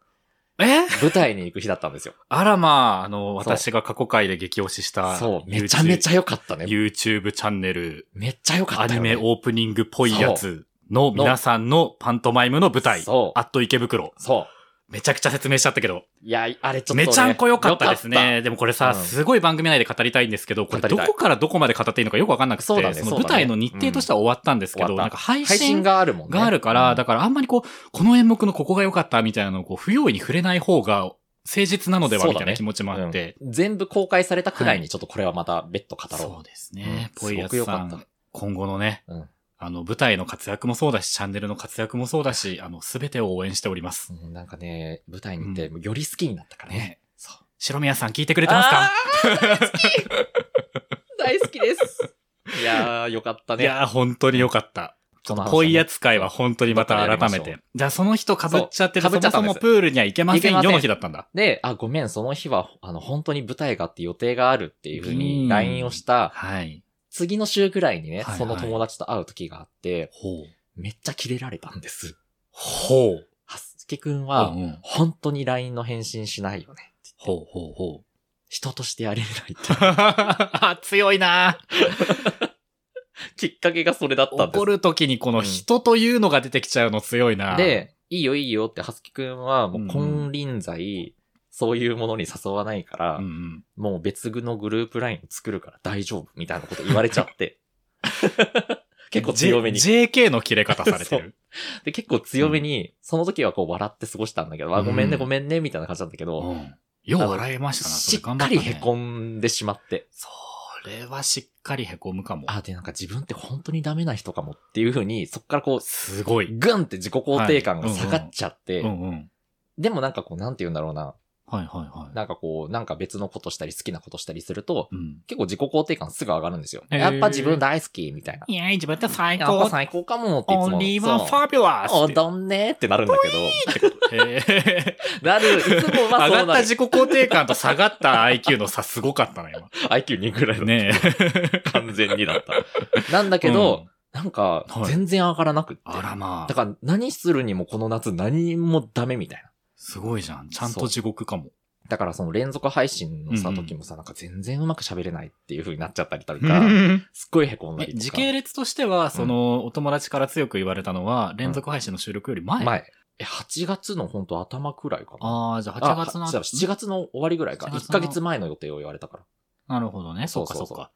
Speaker 1: え
Speaker 2: 舞台に行く日だった
Speaker 1: (laughs)
Speaker 2: んですよ。
Speaker 1: あらまあ、あの、
Speaker 2: そう
Speaker 1: 私が過去回で激推しした。
Speaker 2: そう。めちゃめちゃ良かったね。
Speaker 1: YouTube チャンネル、
Speaker 2: めっちゃ良か
Speaker 1: ア
Speaker 2: った
Speaker 1: ニ
Speaker 2: よ、
Speaker 1: メ
Speaker 2: ね。
Speaker 1: オープニングっぽいやつの皆さんのパントマイムの舞台、
Speaker 2: そう
Speaker 1: あっと池袋。
Speaker 2: そう。
Speaker 1: めちゃくちゃ説明しちゃったけど、
Speaker 2: いや、あれちょっと、ね。
Speaker 1: めちゃんこ良かったですね。でもこれさ、
Speaker 2: うん
Speaker 1: すごい番組内で語りたいんですけど、これ
Speaker 2: 語
Speaker 1: ど
Speaker 2: りたい
Speaker 1: こからどこまで語っていいのかよくわかんなくて、
Speaker 2: そうだね
Speaker 1: その
Speaker 2: そ
Speaker 1: 舞
Speaker 2: うだね
Speaker 1: 台の日程としては終わったんですけど、
Speaker 2: うん
Speaker 1: なんか配
Speaker 2: 良かった。配信
Speaker 1: 信が
Speaker 2: があるもんね。
Speaker 1: あるから、
Speaker 2: うん
Speaker 1: だからあんまりこう、この演目のここが良かったみたいなのをこう不用意に触れない方が誠実なのでは
Speaker 2: そ
Speaker 1: み
Speaker 2: うだね
Speaker 1: たいな気持ちもあって。
Speaker 2: うん全部公開されたくらいにちょっとこれはまた別途語ろう。
Speaker 1: そうですね。
Speaker 2: うん
Speaker 1: ぽいやつさ
Speaker 2: すごく良かっ
Speaker 1: ん、今後のね、
Speaker 2: うん
Speaker 1: あの、舞台の活躍もそうだし、チャンネルの活躍もそうだし、あの、すべてを応援しております。
Speaker 2: うんなんかね、舞台に行って、より好きになったからね。
Speaker 1: ね
Speaker 2: そう。
Speaker 1: 白宮さん聞いてくれてますか
Speaker 3: 大好きです。
Speaker 2: (laughs) いやー、よかった
Speaker 1: い
Speaker 2: ね。
Speaker 1: やー、本当に良かった。
Speaker 2: この話はね
Speaker 1: ぽいやつ会は本当にまた
Speaker 2: ど
Speaker 1: 改
Speaker 2: っかでや
Speaker 1: め。
Speaker 2: りまして
Speaker 1: じゃあその人被っちゃってる
Speaker 2: そう被っちゃ
Speaker 1: そもそ
Speaker 2: ったんで
Speaker 1: も
Speaker 2: す
Speaker 1: プールには行けません
Speaker 2: 行けませ
Speaker 1: よ
Speaker 2: ん
Speaker 1: の日だったんだ。
Speaker 2: で、あ、ごめん、その日は、あの、本当に舞台があって予定があるっていうふう
Speaker 1: うん
Speaker 2: に LINE をした、
Speaker 1: はい。
Speaker 2: 次の週くらいにね
Speaker 1: はいは、い
Speaker 2: その友達と会う時があって、
Speaker 1: ほう。
Speaker 2: めっちゃキレられたんです。
Speaker 1: ほう。
Speaker 2: はすけくん
Speaker 1: あ、
Speaker 2: は、本当に LINE の返信しないよね。
Speaker 1: ほうほうほ
Speaker 2: (laughs)
Speaker 1: う。
Speaker 2: 人としてやれないって。
Speaker 1: あ強いな
Speaker 2: きっかけがそれだったんです
Speaker 1: 怒。るときにこの人というのが出てきちゃうの強いな、
Speaker 2: で、いいよいいよって、はすきくんは、もう、
Speaker 1: うん
Speaker 2: 金輪際、そういうものに誘わないから、
Speaker 1: うんうん、
Speaker 2: もう別のグループラインを作るから大丈夫みたいなこと言われちゃ
Speaker 1: (laughs)
Speaker 2: って。 (laughs) 結構強めに。
Speaker 1: J- JK の切れ方されて
Speaker 2: (laughs)
Speaker 1: る。
Speaker 2: で結構強めに、その時はこう笑って過ごしたんだけど、あ、ごめん
Speaker 1: う
Speaker 2: ね
Speaker 1: ん
Speaker 2: ごめんねみたいな感じなんだけど、
Speaker 1: うんよう笑いましたな、そ
Speaker 2: し
Speaker 1: れ
Speaker 2: っ
Speaker 1: 頑張
Speaker 2: か
Speaker 1: たね
Speaker 2: り凹んでしまって。
Speaker 1: それはしっかり凹むかも。
Speaker 2: あ、で、なんか自分って本当にダメな人かもっていうふうに、そっからこう、
Speaker 1: すごい。
Speaker 2: グンって自己肯定感が下がっちゃっ
Speaker 1: う
Speaker 2: て、
Speaker 1: んうん。
Speaker 2: でもなんかこう、なんて言うんだろうな。
Speaker 1: はいはいはい。
Speaker 2: なんかこう、なんか別のことしたり好きなことしたりすると、
Speaker 1: うん、
Speaker 2: 結構自己肯定感すぐ上がるんですよ。
Speaker 1: へー
Speaker 2: やっぱ自分大好きみたいな。
Speaker 1: いや、自分って最
Speaker 2: やっぱ
Speaker 1: 高。
Speaker 2: 最高かもっていつも。
Speaker 1: オンリーワンフ
Speaker 2: そう
Speaker 1: ァビュラ
Speaker 2: お
Speaker 1: スって。
Speaker 2: どんねーってなるんだけ
Speaker 1: へ
Speaker 2: ど。なる、いつも
Speaker 1: ー
Speaker 2: は
Speaker 1: 上
Speaker 2: そ
Speaker 1: が
Speaker 2: う
Speaker 1: った
Speaker 2: なる。
Speaker 1: 自己肯定感と下がった IQ の差すごか
Speaker 2: (laughs)
Speaker 1: ったな、今。
Speaker 2: IQ2 ぐらいの、
Speaker 1: ねえ。
Speaker 2: 完全にだった。 (laughs) なんだけど、なんか
Speaker 1: は、い
Speaker 2: 全然上がらなくって。
Speaker 1: あらま
Speaker 2: だ
Speaker 1: あ。
Speaker 2: から、何するにもこの夏何もダメみたいな。
Speaker 1: すごいじゃん。ちゃんと地獄かも。
Speaker 2: だからその連続配信のさ、
Speaker 1: うんうん
Speaker 2: 時もさ、なんか全然うまく喋れないっていう風になっちゃったりと
Speaker 1: う
Speaker 2: か、
Speaker 1: ん
Speaker 2: すっごい凹んだ
Speaker 1: え
Speaker 2: りとか。
Speaker 1: 時系列としては、その、お友達から強く言われたのは、連続配信の収録より前。
Speaker 2: 前。え、8月の本当頭くらいかな。
Speaker 1: ああ、じゃあ8
Speaker 2: あ
Speaker 1: 月の
Speaker 2: 違う7月の終わりぐらいか。
Speaker 1: 7月の
Speaker 2: 1ヶ月前の予定を言われたから。
Speaker 1: なるほどね。そうか
Speaker 2: そ
Speaker 1: そうう
Speaker 2: そうそう
Speaker 1: か。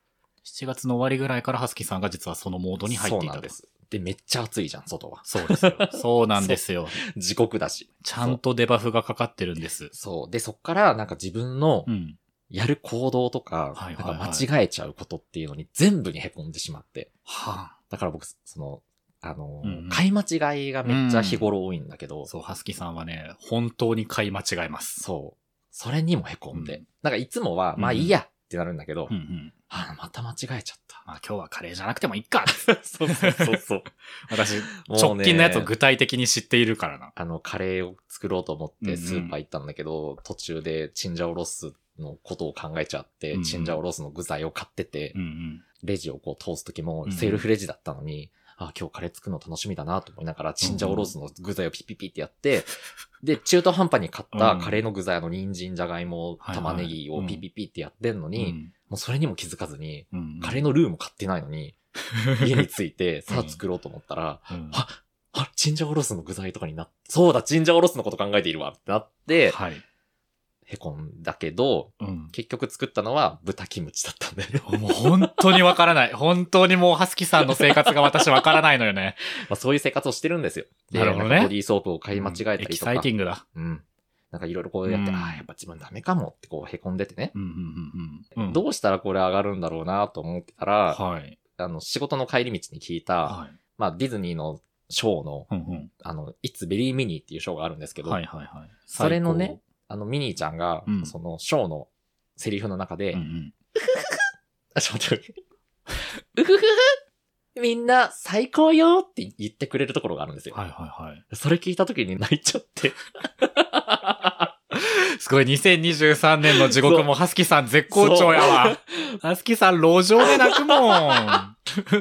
Speaker 1: 7月の終わりぐらいから、はすきさんが実はそのモードに入ってい
Speaker 2: そうな
Speaker 1: た
Speaker 2: ん
Speaker 1: と
Speaker 2: で。す。で、めっちゃ暑いじゃん、外は。
Speaker 1: そうですよ。そうなんです
Speaker 2: (laughs)
Speaker 1: よ。
Speaker 2: 地獄だし。
Speaker 1: ちゃんとデバフがかかってるんです。
Speaker 2: そう。で、そっから、なんか自分の
Speaker 1: うん。
Speaker 2: やる行動とか、
Speaker 1: はいはい
Speaker 2: な
Speaker 1: はい
Speaker 2: んか間違えちゃうことっていうのに全部に凹んでしまって。
Speaker 1: は
Speaker 2: だから僕、その、あのー
Speaker 1: うんうん
Speaker 2: 買い間違いがめっちゃ日頃多いんだけど、
Speaker 1: あ、
Speaker 2: そ
Speaker 1: そう、ハスキさんはね、本当に買い間違えます。
Speaker 2: う。それにも凹んで。
Speaker 1: う
Speaker 2: なんかいつもは、
Speaker 1: うん
Speaker 2: まあいいやってなるんだけど、
Speaker 1: うんうん。
Speaker 2: あまた間違えちゃった。
Speaker 1: まあ今日はカレーじゃなくてもいい
Speaker 2: (laughs)
Speaker 1: か。
Speaker 2: そうそうそうそう。
Speaker 1: 私、(laughs)
Speaker 2: もう
Speaker 1: 直
Speaker 2: ね
Speaker 1: 近のやつを具体的に知っているからな。
Speaker 2: あの、カレーを作ろうと思っ
Speaker 1: うんう
Speaker 2: て
Speaker 1: ん
Speaker 2: スーパー行ったんだけど、途中でチンジャオロースのことを考えちゃって、
Speaker 1: うんうん
Speaker 2: チンジャオロースの具材を買ってて、
Speaker 1: うんうん。
Speaker 2: レジをこう通す時も
Speaker 1: うん、
Speaker 2: セルフレジだったのに、あ、今日カレー作るの楽しみだなと思いながら、チンジャオロースの具材をピッピッピッって
Speaker 1: (laughs)
Speaker 2: やって、で、中途半端に買ったカレーの具材、あの、人参、じゃがい
Speaker 1: はい
Speaker 2: も、
Speaker 1: はい
Speaker 2: 玉ねぎをピッピッピッってやってんのに、もうそれにも気づかずに、
Speaker 1: うん、うん
Speaker 2: カレーのルーも買ってない
Speaker 1: (laughs)
Speaker 2: のに、家に着いて、さ
Speaker 1: うん
Speaker 2: あ作ろうと思ったら、
Speaker 1: うん
Speaker 2: ああ、チンジャオロースの具材とかになっそうだ、チンジャオロースのこと考えているわってなって、
Speaker 1: はい。
Speaker 2: へこんだけど、
Speaker 1: うん。
Speaker 2: 結局作ったのは豚キムチだったんだよね。
Speaker 1: もう本当にわからない。本当にもう、ハスキさんの生活が私わからないのよね。
Speaker 2: まあそういう生活をしてるんですよ。で
Speaker 1: なるほどね
Speaker 2: んかボディーソープを買い間違えた
Speaker 1: うんエ
Speaker 2: り
Speaker 1: キ
Speaker 2: とか。
Speaker 1: サイティングだ。
Speaker 2: うん。なんかいろいろこうやって、
Speaker 1: うん
Speaker 2: ああ、やっぱ自分ダメかもってこうへこんでてね。
Speaker 1: うんうんうんうん。
Speaker 2: どうしたらこれ上がるんだろうなと思ってたら、
Speaker 1: はい。
Speaker 2: あの、仕事の帰り道に聞いた、
Speaker 1: はい。
Speaker 2: まあディズニーのショーの、
Speaker 1: うんうん。
Speaker 2: あの、いつベリーミニーっていうショーがあるんですけど、
Speaker 1: はいはいはい。
Speaker 2: それのねあのミニーちゃんが、
Speaker 1: うん
Speaker 2: そのショーのセリフの中で、
Speaker 1: 最高。うん
Speaker 2: あ、ちょっと待って。うふふふみんな最高よって言ってくれるところがあるんです
Speaker 1: うん。
Speaker 2: よ。
Speaker 1: はいはいはい。
Speaker 2: それ聞いた時に泣いちゃって。
Speaker 1: すごい、2023年の地獄も、ハスキさん絶好調やわ。ハスキさん、路上で泣くもん。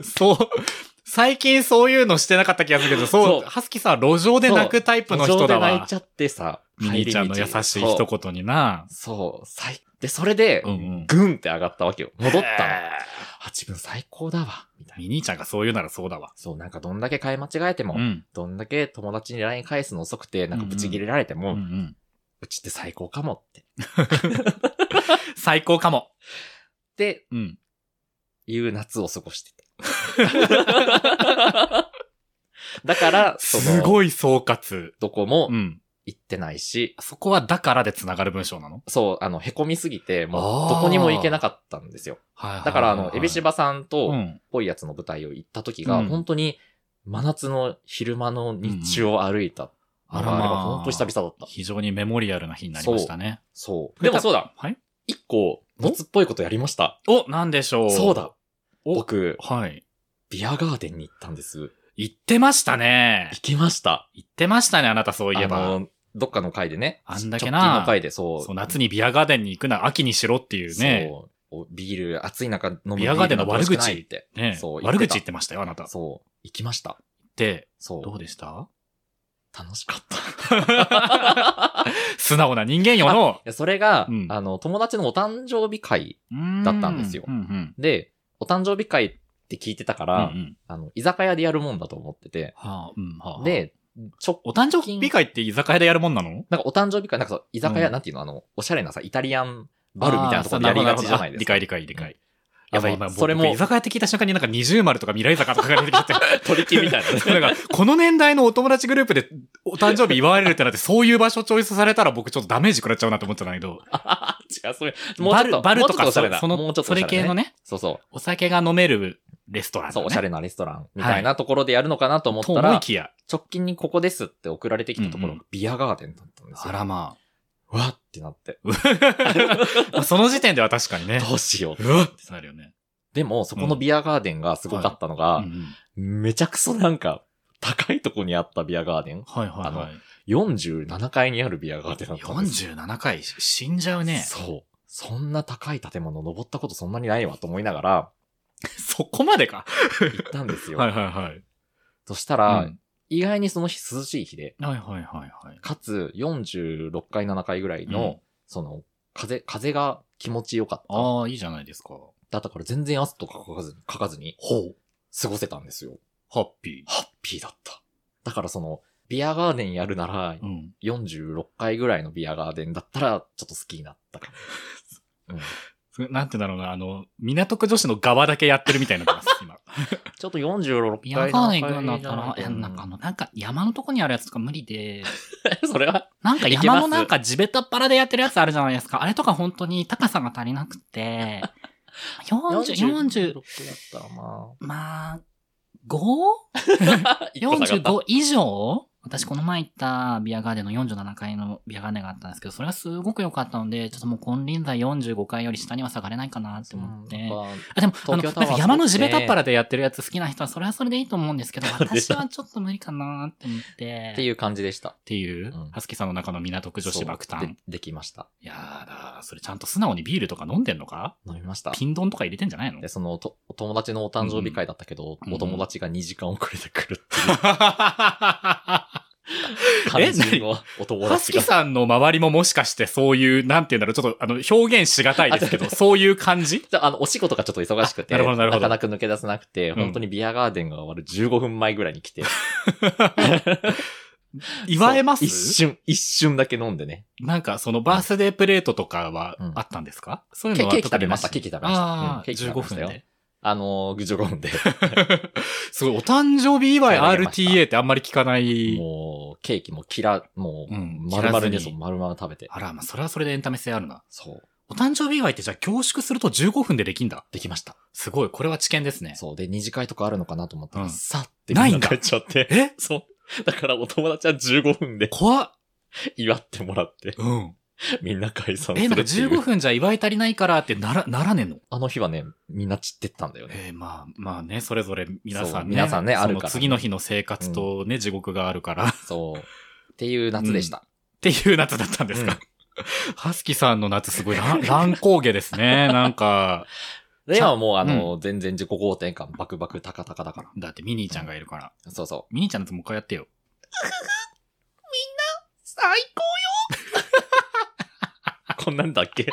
Speaker 1: そう。最近そういうのしてなかった気がするけど、そう、
Speaker 2: そう
Speaker 1: ハスキさん、路上で泣くタイプの人だ
Speaker 2: 路上で泣い
Speaker 1: わ
Speaker 2: ち。ゃってさ、
Speaker 1: ミニーちゃんの優しい一
Speaker 2: そう。
Speaker 1: 言にな。
Speaker 2: そう、最、で、それで
Speaker 1: う、んうん。
Speaker 2: グンって上がったわけよ。戻ったの。
Speaker 1: へ
Speaker 2: あ、自分最高だわ。みたいな。
Speaker 1: に兄ちゃんがそう言うならそうだわ。
Speaker 2: そう、なんかどんだけ買い間違えても、
Speaker 1: うん。
Speaker 2: どんだけ友達に LINE 返すの遅くて、なんかブチ切れられて
Speaker 1: うん
Speaker 2: も、う
Speaker 1: うん。
Speaker 2: ちって最高かもって。
Speaker 1: 最高かも。
Speaker 2: って
Speaker 1: うん。
Speaker 2: いう夏を過ご
Speaker 1: (laughs)
Speaker 2: してた。だから、そ
Speaker 1: す
Speaker 2: の、
Speaker 1: ごい総括。
Speaker 2: どこも
Speaker 1: うん。
Speaker 2: 行ってないし、
Speaker 1: そこはだからで繋がる文章なの
Speaker 2: そう、あの、凹みすぎ
Speaker 1: あ
Speaker 2: て、も
Speaker 1: ー
Speaker 2: う、どこにも行けなかったんですよ。
Speaker 1: はい
Speaker 2: だから、あの、エビシバさんと、
Speaker 1: うん。
Speaker 2: ぽいやつの舞台を行った時が、
Speaker 1: うん
Speaker 2: 本当に真夏の昼間の日中を歩いた。
Speaker 1: あ
Speaker 2: あ
Speaker 1: ら
Speaker 2: ら、
Speaker 1: まあ
Speaker 2: あれが本当久々だった。
Speaker 1: 非常にメモリアルな日になりましたね。
Speaker 2: そう。でもそうだ。。
Speaker 1: はい。
Speaker 2: 一個、夏っぽいことやりました。
Speaker 1: お、なんでしょう。
Speaker 2: そう。だ。
Speaker 1: お
Speaker 2: 僕、
Speaker 1: はい。
Speaker 2: ビアガーデンに行ったんです。
Speaker 1: 言ってましたね。
Speaker 2: 行きました。
Speaker 1: 言ってましたね、あなたそういえ
Speaker 2: あ
Speaker 1: ば。
Speaker 2: の、どっかの回でね。
Speaker 1: あんだけ
Speaker 2: 直近
Speaker 1: な
Speaker 2: の回で、そう。
Speaker 1: そう夏にビアガーデンに行くなら秋にしろっていうね。
Speaker 2: そう。おビール、暑い中飲む
Speaker 1: ビアガーデンの悪口
Speaker 2: ビールなんて美味しくないって。
Speaker 1: ね
Speaker 2: そう
Speaker 1: 悪口言
Speaker 2: 言
Speaker 1: っ
Speaker 2: って
Speaker 1: ましたよ、あなた。
Speaker 2: そう。行きました。
Speaker 1: で、
Speaker 2: そう。
Speaker 1: どうでした
Speaker 2: 楽しかった。い
Speaker 1: 素直な人間よの、
Speaker 2: やそれが、
Speaker 1: うん
Speaker 2: あの、友達のお誕生日会だったんですよ
Speaker 1: ううん
Speaker 2: で、お誕生日会って聞いてたか
Speaker 1: うん。
Speaker 2: ら、
Speaker 1: うんうん
Speaker 2: あの、居酒屋でやるもんだと思ってて、
Speaker 1: はあ、うん、はあ。、
Speaker 2: で、ちょ、
Speaker 1: お誕生日会って居酒屋でやるもんなの
Speaker 2: なんかお誕生日会、なんかそう居酒屋、
Speaker 1: うん
Speaker 2: なんていうの、あの、おしゃれなさ、イタリアンバルみたいなところでやりがちじゃないですか。
Speaker 1: あーなるほどなるほどあ理解理解理
Speaker 2: うん
Speaker 1: 解。
Speaker 2: い
Speaker 1: や
Speaker 2: や
Speaker 1: ばい、今、
Speaker 2: まあ
Speaker 1: そ
Speaker 2: それ
Speaker 1: れ
Speaker 2: も
Speaker 1: も。居酒屋って聞いた瞬間になんか二重丸とか未来坂とか書かれてきて。
Speaker 2: 取り木みたい
Speaker 1: (laughs)
Speaker 2: なね
Speaker 1: そうなんか、この年代のお友達グループでお誕生日祝われるってなって、そういう場所チョイスされたら僕ちょっとダメージ食らっちゃうなと思ってたんだけど。
Speaker 2: 違う、それ、もう
Speaker 1: バ
Speaker 2: ちょっ
Speaker 1: ル、
Speaker 2: と、
Speaker 1: バルと
Speaker 2: も
Speaker 1: か
Speaker 2: うちょっおしゃれな
Speaker 1: そ
Speaker 2: も
Speaker 1: の
Speaker 2: うちょ、っと
Speaker 1: そ
Speaker 2: お
Speaker 1: れ
Speaker 2: しゃれな
Speaker 1: 系のね、
Speaker 2: そうそ
Speaker 1: お酒が飲めるレストラン
Speaker 2: う。
Speaker 1: だね。
Speaker 2: そう、おしゃれなレストランみたいなところでやるのかなと思っ
Speaker 1: と
Speaker 2: た
Speaker 1: 思い
Speaker 2: ら、
Speaker 1: きや。
Speaker 2: 直近にここですって送られてきたとこ
Speaker 1: う
Speaker 2: ろ
Speaker 1: んうん、
Speaker 2: ビアガーデンだったんです
Speaker 1: あ
Speaker 2: よ。
Speaker 1: ら (laughs) ま
Speaker 2: わってなって、
Speaker 1: あ。その時点では確かにね。
Speaker 2: どうしよう。
Speaker 1: うわっってなるよね。
Speaker 2: でも、そこのビアガーデンがすごかったのが、
Speaker 1: うんうん
Speaker 2: めちゃくそなんか、高いとこにあったビアガーデン
Speaker 1: はいはいはい。
Speaker 2: 47階にあるビアガーデンだったんですよ。
Speaker 1: 47回死んじゃうね。
Speaker 2: そう。そんな高い建物登ったことそんなにないわと思いながら
Speaker 1: そこまでか。
Speaker 2: 行ったんですよ。
Speaker 1: はいはいはい。
Speaker 2: そしたら、
Speaker 1: うん
Speaker 2: 意外にその日涼しい日で、
Speaker 1: はいはいはいはい。
Speaker 2: かつ46階7階ぐらいうの、
Speaker 1: ん
Speaker 2: その、風、風が気持ちよかった。
Speaker 1: ああ、いいじゃないですか。
Speaker 2: だったから全然汗とかかかずに、かかずに
Speaker 1: ほう。
Speaker 2: 過ごせたんですよ。
Speaker 1: ハッピ
Speaker 2: ハッピーだった。だからその、ビアガーデンやるなら
Speaker 1: ー。うん。
Speaker 2: 46階ぐらいのビアガーデンだったら、ちょっと好きになったかも。うん
Speaker 1: それなんて言うんだろうな、あの、港区女子の側だけやってるみたいになってます、 (laughs) 今。
Speaker 2: ちょっと46
Speaker 1: 山
Speaker 2: 階
Speaker 1: 川行くんだったら、いや、なんかあ
Speaker 2: の。
Speaker 1: の、なんか山のとこにあるやつとか無理で、
Speaker 2: それは、
Speaker 1: なんか
Speaker 2: いけま
Speaker 1: 山
Speaker 2: す
Speaker 1: のなんか地べたっ腹でやってるやつあるじゃないですか。あれとか本当に高さが足りなくて、40、40
Speaker 2: 46、だったらま
Speaker 1: まあ、5?
Speaker 2: あ。一個下がった
Speaker 1: 45以上私この前行ったビアガーデンの47階のビアガーデンがあったんですけど、それがすごく良かったので、ちょっともう金輪際45階より下には下がれないかなって思って。
Speaker 2: うんなんか
Speaker 1: あでも、あの、な
Speaker 2: 東京
Speaker 1: ん
Speaker 2: タワー
Speaker 1: か
Speaker 2: は
Speaker 1: 山の
Speaker 2: そ
Speaker 1: 地
Speaker 2: うで
Speaker 1: べ
Speaker 2: すね
Speaker 1: たっ腹でやってるやつ好きな人は、それはそれでいいと思うんですけ
Speaker 2: (laughs)
Speaker 1: ど、
Speaker 2: で
Speaker 1: 私
Speaker 2: しょ
Speaker 1: はちょっと無理かなって思って。
Speaker 2: って
Speaker 1: う。
Speaker 2: い
Speaker 1: っ
Speaker 2: う感じでした。
Speaker 1: ていう
Speaker 2: うん、
Speaker 1: はすきさんの中の港区女子爆
Speaker 2: そう
Speaker 1: 誕
Speaker 2: で。。できました。
Speaker 1: いやーだから、それちゃんと素直にビールとか飲んでんのか
Speaker 2: 飲みました。
Speaker 1: ピン丼とか入れてんじゃないの
Speaker 2: で、その、とお友達のお誕生日会だったけど、
Speaker 1: うん
Speaker 2: お友達が2時間遅れてくるって
Speaker 1: (laughs)
Speaker 2: いう
Speaker 1: はえ
Speaker 2: 感じのお友
Speaker 1: す
Speaker 2: 達
Speaker 1: き
Speaker 2: が。
Speaker 1: さんの周りももしかしてそういう、なんて言うんだろう、ちょっとあの表現しがたいですけど、そういう感じ
Speaker 2: じゃあ、あの、お仕事がちょっと忙しくて、
Speaker 1: あなるほどなるほど
Speaker 2: かなか抜け出せなくて、
Speaker 1: ん
Speaker 2: 本当にビアガーデンが終わる15分前ぐらいに来て。
Speaker 1: 祝えま
Speaker 2: そう一
Speaker 1: す
Speaker 2: 瞬、一瞬だけ飲んでね。
Speaker 1: なんかそのバースデープレートとかは
Speaker 2: うん
Speaker 1: あったんですか、そういう
Speaker 2: ケ
Speaker 1: の
Speaker 2: ー
Speaker 1: は
Speaker 2: キ食
Speaker 1: 特
Speaker 2: べ
Speaker 1: に
Speaker 2: ま
Speaker 1: な
Speaker 2: した、ケーキ食べました。
Speaker 1: あ
Speaker 2: うんケ
Speaker 1: ー
Speaker 2: ーキ食べ
Speaker 1: 15
Speaker 2: ました
Speaker 1: 分
Speaker 2: よ
Speaker 1: で。。
Speaker 2: あのー、15分で。
Speaker 1: すごい、お誕生日祝い RTA ってあんまり聞か (laughs) ない。
Speaker 2: もう、ケーキもキラ、もう、
Speaker 1: うん
Speaker 2: 丸々
Speaker 1: 切ら
Speaker 2: ね、
Speaker 1: ず
Speaker 2: そ
Speaker 1: に
Speaker 2: う、丸々食べて。
Speaker 1: あら、まあ、それはそれでエンタメ性あるな。
Speaker 2: そう。
Speaker 1: お誕生日祝いってじゃあ凝縮すると15分でできんだ。
Speaker 2: できました。
Speaker 1: すごい、これは知見ですね。
Speaker 2: そう。で、二次会とかあるのかなと思った
Speaker 1: うん
Speaker 2: ら、さって
Speaker 1: ないんだ
Speaker 2: み帰っちゃって。
Speaker 1: え
Speaker 2: そう。だからお友達は15分で
Speaker 1: 怖っ。
Speaker 2: (laughs) 祝ってもらって、
Speaker 1: うん。
Speaker 2: みんな解散するってい
Speaker 1: え、
Speaker 2: う。
Speaker 1: なんか15分じゃ祝い足りないからってなら、ならねえの
Speaker 2: あの日はね、みんな散ってったんだよね。
Speaker 1: えーまあ、まあね、それぞれ皆さん
Speaker 2: そう
Speaker 1: ね。
Speaker 2: 皆さんね
Speaker 1: その
Speaker 2: あるからね
Speaker 1: 次の日の生活とね、地獄があるから。 (laughs) っ
Speaker 2: そう。っていう夏でした。
Speaker 1: ていう夏だったんですか。ハスキさんの夏すごい乱乱高下ですね。なんか、
Speaker 2: ではもう、あの、全然自己肯定感バクバク高々だか
Speaker 1: だってミニーちゃんがいるから。
Speaker 2: ら。そうそう。
Speaker 1: ミニーちゃんのやつもう一回やってよ。
Speaker 2: 最高よこ (laughs) こんなんだっけ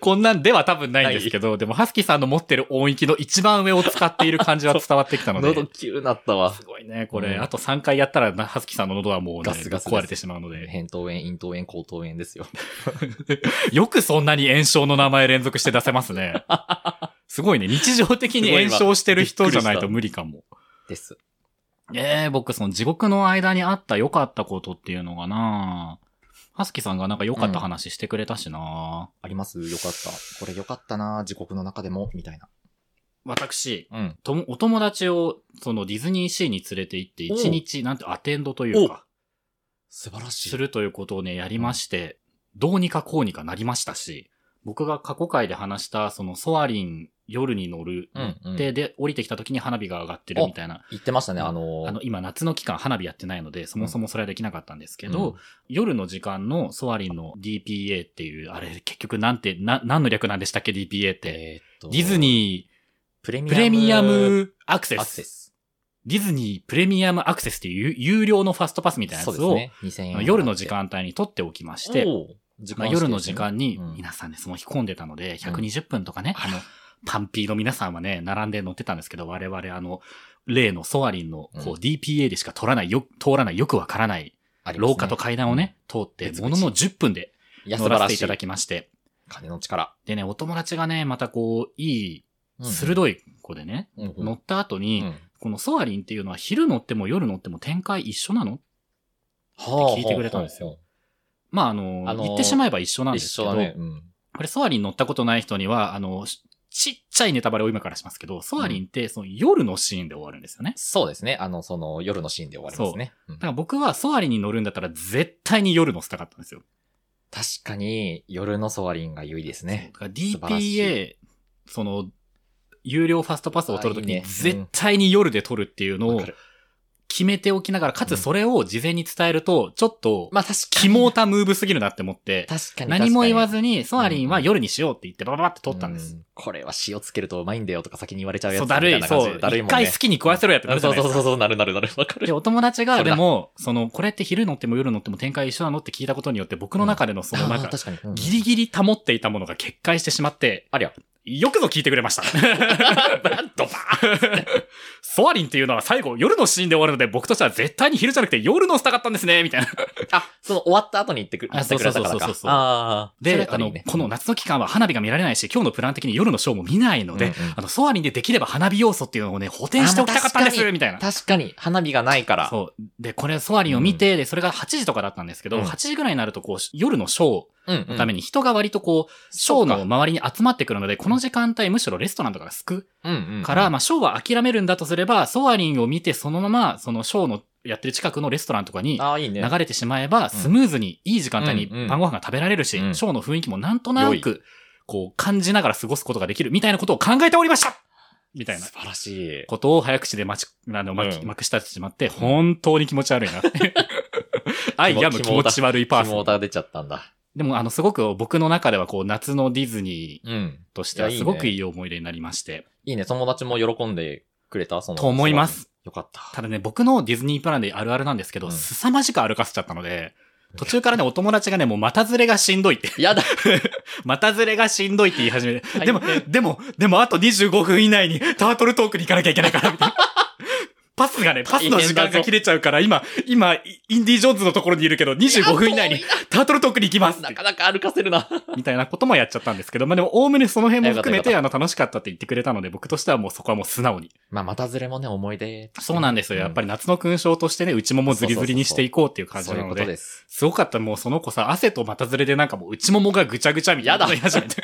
Speaker 1: こんなんでは多分ないんですけど、でも、ハスキーさんの持ってる音域の一番上を使っている感じ (laughs) は伝わってきたので。
Speaker 2: 喉
Speaker 1: す
Speaker 2: 急なったわ。
Speaker 1: ごいね、これ。
Speaker 2: うん
Speaker 1: あと3回やったら、なハスキーさんの喉はもう、ね、
Speaker 2: ガスガスです
Speaker 1: ぶっ壊れてしまうので。
Speaker 2: 扁桃炎、咽頭炎、喉頭炎ですよ。
Speaker 1: よくそんなに炎症の名前連続して出せます (laughs) ね。すごいね。日常的に炎症してる人じゃないと無理かも。
Speaker 2: (laughs) です。
Speaker 1: ええ僕、その地獄の間にあった良かったことっていうのがなはすきさんがなんか良かった話してくれたしな、
Speaker 2: ありますよかった。これよかったな地獄の中でも、みたいな。
Speaker 1: 私、
Speaker 2: うん。
Speaker 1: ともお友達を、そのディズニーシーに連れて行って、一日、なんてアテンドというか、
Speaker 2: 素晴らしい。
Speaker 1: するということをね、やりまして、どうにかこうにかなりましたし、僕が過去回で話した、そのソアリン、夜に乗る、
Speaker 2: うんうん
Speaker 1: で、で、降りてきた時に花火が上がってるみたいな、
Speaker 2: 言ってましたね、あのー
Speaker 1: あの、今夏の期間花火やってないので、そもそもそれはできなかったんですけど、
Speaker 2: うん
Speaker 1: 夜の時間のソアリンの DPA っていう、あれ結局なんて、な、何の略なんでしたっけ DPA って。
Speaker 2: えーっと、
Speaker 1: ディズニ
Speaker 2: ープレ
Speaker 1: ー
Speaker 2: ミ
Speaker 1: プレミア
Speaker 2: アム
Speaker 1: ムアクセ
Speaker 2: アク
Speaker 1: ス
Speaker 2: セ。ス。
Speaker 1: ディズニープレミアムアクセスっていう有有料のファストパスみたいなやつ
Speaker 2: そう
Speaker 1: を、
Speaker 2: ですね、2000円
Speaker 1: あの夜の時間帯に取っておきまして、
Speaker 2: おー時
Speaker 1: まあ
Speaker 2: 間指定
Speaker 1: 夜の時間に
Speaker 2: うん
Speaker 1: 皆さんね、その日混んでたので、120分とかね、あの、パンピーの皆さんはね、並んで乗ってたんですけど、我々あの、例のソアリンの、こう、
Speaker 2: うん
Speaker 1: DPA でしか取らない、よ、通らない、よくわからない、
Speaker 2: ありますね
Speaker 1: 廊下と階段をね、通って、
Speaker 2: 別
Speaker 1: も
Speaker 2: 々
Speaker 1: のの10分で
Speaker 2: いや、素
Speaker 1: 乗ら
Speaker 2: 晴
Speaker 1: せ
Speaker 2: ら
Speaker 1: てい
Speaker 2: しい
Speaker 1: た。だきまして、
Speaker 2: 金の力。
Speaker 1: でね、お友達がね、またこう、いい、
Speaker 2: い。
Speaker 1: 鋭い子でね、
Speaker 2: うん
Speaker 1: 乗った後
Speaker 2: う
Speaker 1: に、
Speaker 2: ん
Speaker 1: このソアリンっていうのは昼乗っても夜乗っても展開一緒なの聞いてくれたんですよ。まあ、あの、
Speaker 2: あのー
Speaker 1: 言ってしまえば一緒なん
Speaker 2: はあはあはあ
Speaker 1: で
Speaker 2: 一
Speaker 1: すけ
Speaker 2: 緒
Speaker 1: ど、
Speaker 2: だね。うん
Speaker 1: これソアリン乗ったことない人には、あの、しちっちゃいネタバレを今からしますけど、ソアリンってその夜のシーンで終わるんですよね。
Speaker 2: そうですね。あの、その、夜のシーンで終わりますね。うん
Speaker 1: だから僕はソアリンに乗るんだったら絶対に夜乗せたかったんですよ。
Speaker 2: 確かに、夜のソワリンが良いですね。
Speaker 1: だから
Speaker 2: 素晴らし
Speaker 1: DPA、その、有料ファストパスを取るとき
Speaker 2: あい
Speaker 1: に
Speaker 2: いね
Speaker 1: 絶対に夜で取るっていうの
Speaker 2: わ
Speaker 1: を
Speaker 2: かる
Speaker 1: 決めておきながら、か
Speaker 2: う
Speaker 1: つ
Speaker 2: ん
Speaker 1: それを事前に伝えると、ちょっと、
Speaker 2: まあ確かに。
Speaker 1: 肝たムーブすぎるなって思って、
Speaker 2: (laughs) 確かに。
Speaker 1: 何も言わ
Speaker 2: ず
Speaker 1: ずに、ソアリンは夜にしようって言ってバババって取ったんです。
Speaker 2: これは塩つけるとうまいんだよとか先に言われちゃうやつ
Speaker 1: そう、だるい、
Speaker 2: みたな
Speaker 1: そ
Speaker 2: 感じ
Speaker 1: う
Speaker 2: で。だるい
Speaker 1: 一
Speaker 2: もんね。
Speaker 1: 回好きに食わせろやってなるじゃ
Speaker 2: そう
Speaker 1: ないです
Speaker 2: そ
Speaker 1: か。
Speaker 2: うそうそう、なるなるなる。わか
Speaker 1: で、
Speaker 2: る。
Speaker 1: お友達が、
Speaker 2: それ
Speaker 1: で
Speaker 2: だ
Speaker 1: も、その、これって昼乗っても夜乗っても展開一緒なのって聞いたことによって、僕の中でのその、なん
Speaker 2: あー
Speaker 1: か、
Speaker 2: 確かに。うん
Speaker 1: ギリギリ保っていたものが決壊してしまって、
Speaker 2: ありゃ。
Speaker 1: よくぞ聞いてくれました。 (laughs)
Speaker 2: ドバーン
Speaker 1: ソアリンっていうのは最後、夜のシーンで終わるので、僕としては絶対に昼じゃなくて夜乗せたかったんですね、みたいな。
Speaker 2: あ、 (laughs) その終わった後に言ってくる。
Speaker 1: あそうそうそうそうそう
Speaker 2: 言ってくれたからかあーそ
Speaker 1: で、
Speaker 2: れだ
Speaker 1: あ
Speaker 2: ったらい
Speaker 1: の
Speaker 2: いね、
Speaker 1: この夏の期間は花火が見られないし、今日のプラン的に夜のショーも見ないので、
Speaker 2: うんうん
Speaker 1: あの、ソアリンでできれば花火要素っていうのをね、補填しておきたかったんです
Speaker 2: あまあ確か、に
Speaker 1: みたいな。
Speaker 2: 確かに、花火がないから。
Speaker 1: そう。で、これ、ソアリンを見て、で、それが8時とかだったんですけど、
Speaker 2: うん
Speaker 1: 8時ぐらいになると、こう、夜のショー、
Speaker 2: うんうん
Speaker 1: のために人が割とこう、ショーの周りに集まってくるので、この時間帯むしろレストランとかが少
Speaker 2: うんうん
Speaker 1: から、まあショーは諦めるんだとすれば、ソアリンを見てそのまま、そのショーのやってる近くのレストランとかに
Speaker 2: ああ、いいね。
Speaker 1: 流れてしまえば、スムーズにいい時間帯に
Speaker 2: うんうん
Speaker 1: 晩ご飯が食べられるし、
Speaker 2: うん
Speaker 1: ショーの雰囲気もなんとな
Speaker 2: 良い
Speaker 1: く、こう感じながら過ごすことができるみたいなことを考えておりましたみたいな
Speaker 2: 素。晴らしい。
Speaker 1: ことを早口でまち、あの、まき、
Speaker 2: うん
Speaker 1: まくしたってしまって、本当に気持ち悪いな。
Speaker 2: (laughs)
Speaker 1: アイアム気持ち悪いパー
Speaker 2: キ
Speaker 1: ソ
Speaker 2: モ
Speaker 1: ン
Speaker 2: ー。ター出ちゃったんだ。
Speaker 1: でも、あの、すごく僕の中では、こう、夏のディズニ
Speaker 2: うん。
Speaker 1: ーとしてはい
Speaker 2: やいい
Speaker 1: す
Speaker 2: ね
Speaker 1: ごくいい思い出になりまして、
Speaker 2: いいね。友達も喜んでくれたその。
Speaker 1: と思います。
Speaker 2: よかった。
Speaker 1: ただね、僕のディズニープランであるあるなんですけど、
Speaker 2: うん
Speaker 1: 凄まじく歩かせちゃったので、途中からね、お友達がね、もう股ずれがしんどいって、
Speaker 2: (laughs) やだ。
Speaker 1: 股ずれがしんどいって言い始めて、
Speaker 2: はい
Speaker 1: でも、でも、でも、あと25分以内にタートルトークに行かなきゃいけないから、みたいな。パスがね、パスの時間が切れちゃうから、今、今、インディ・ジョーンズのところにいるけど、25分以内にタートルトークに行きますって
Speaker 2: なかなか歩かせるな。
Speaker 1: みたいなこともやっちゃったんですけど、まあでも、おおむねその辺も含め
Speaker 2: よ
Speaker 1: て、あの、楽しかったって言ってくれたので、僕としてはもうそこはもう素直に。
Speaker 2: まあ、またずれもね、思い出。
Speaker 1: そうなんですよ。やっぱ
Speaker 2: り、
Speaker 1: り夏の勲章としてね、うちももズリズリにしていこうっていう感じ
Speaker 2: そうい
Speaker 1: な
Speaker 2: う
Speaker 1: の
Speaker 2: こと
Speaker 1: で。
Speaker 2: です。
Speaker 1: すごかった。もうその子さ、汗と股ずれでなんかもう内ももがぐちゃぐちゃみたいなこと言い始めて。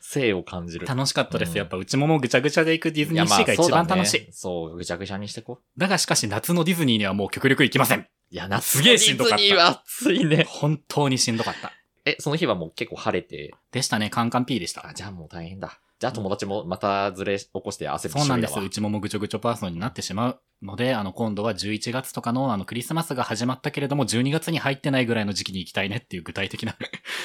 Speaker 2: 性を感じる。
Speaker 1: 楽しかったで
Speaker 2: う
Speaker 1: す。
Speaker 2: ん
Speaker 1: やっぱ内ももぐちゃぐちゃで行くディズニーシーが一番楽しい。
Speaker 2: いやまあそうだねそう、ぐちゃぐちゃにしてこう。
Speaker 1: だがしかし夏のディズニーにはもう極力行きません。
Speaker 2: いや、夏
Speaker 1: すげえしんどかった
Speaker 2: ディズニーは暑いね。
Speaker 1: 本当にしんどかった。
Speaker 2: え、その日はもう結構晴れて、
Speaker 1: でしたね。カンカン P でした
Speaker 2: あ、。じゃあもう大変だ。じゃあ友達もまたずれ起こして汗びっ
Speaker 1: そう
Speaker 2: しょ
Speaker 1: なん
Speaker 2: り
Speaker 1: で
Speaker 2: だわ
Speaker 1: す。内ももぐちょぐちょパーソンになってしまうので、あの、今度は11月とかのあの、クリスマスが始まったけれども、12月に入ってないぐらいの時期に行きたいねっていう具体的な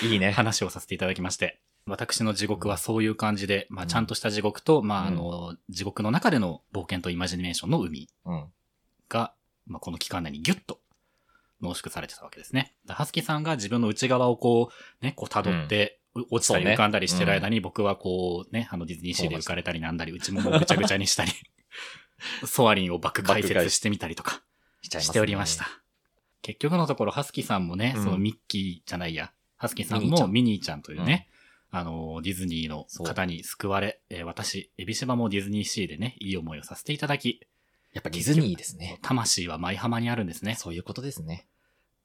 Speaker 2: いいね。
Speaker 1: 話をさせていただきまして、私の地獄はそういう感じで、まあ、ちゃんとした地獄と、まあ、あの、地獄の中での冒険とイマジネーションの海
Speaker 2: うん。
Speaker 1: が、まあ、この期間内にギュッと濃縮されてたわけですね。だハスキーさんが自分の内側をこう、ね、こう辿って、落ちたり
Speaker 2: そうね
Speaker 1: 浮かんだりしてる間に、僕はこうね、あのディズニーシーで浮かれたりなんだり、内ももをぐちゃぐちゃにしたり、
Speaker 2: (laughs)
Speaker 1: ソアリンをバック解説してみたりとか。
Speaker 2: しちゃいますね
Speaker 1: しておりました。。結局のところ、ハスキーさんもね、
Speaker 2: うん
Speaker 1: そのミッキーじゃないや、ハスキーさん
Speaker 2: ミニーちゃ
Speaker 1: も
Speaker 2: ん
Speaker 1: ミニーちゃんというね、あの、ディズニーの方に救われ、えー私、エビシバもディズニーシーでね、いい思いをさせていただき、
Speaker 2: やっぱディズニーですね。
Speaker 1: 魂は舞浜にあるんですね。
Speaker 2: そういうことですね。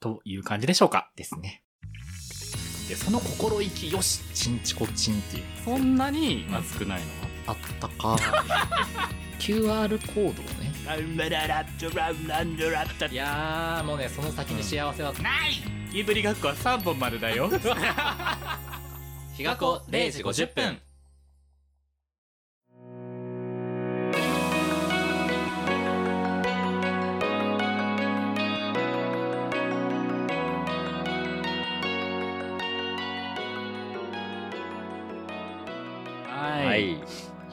Speaker 1: という感じでしょうか。
Speaker 2: ですね。で、その心意気よし、チンチコチンっていう。
Speaker 1: そんなに、まあ、少ないのは。
Speaker 2: あったか。QR コードをね。いやー、もうね、その先に幸せは、
Speaker 1: いぶり学校は3本までだよ。
Speaker 2: 日が子0時50分。
Speaker 1: は。
Speaker 2: はいい。い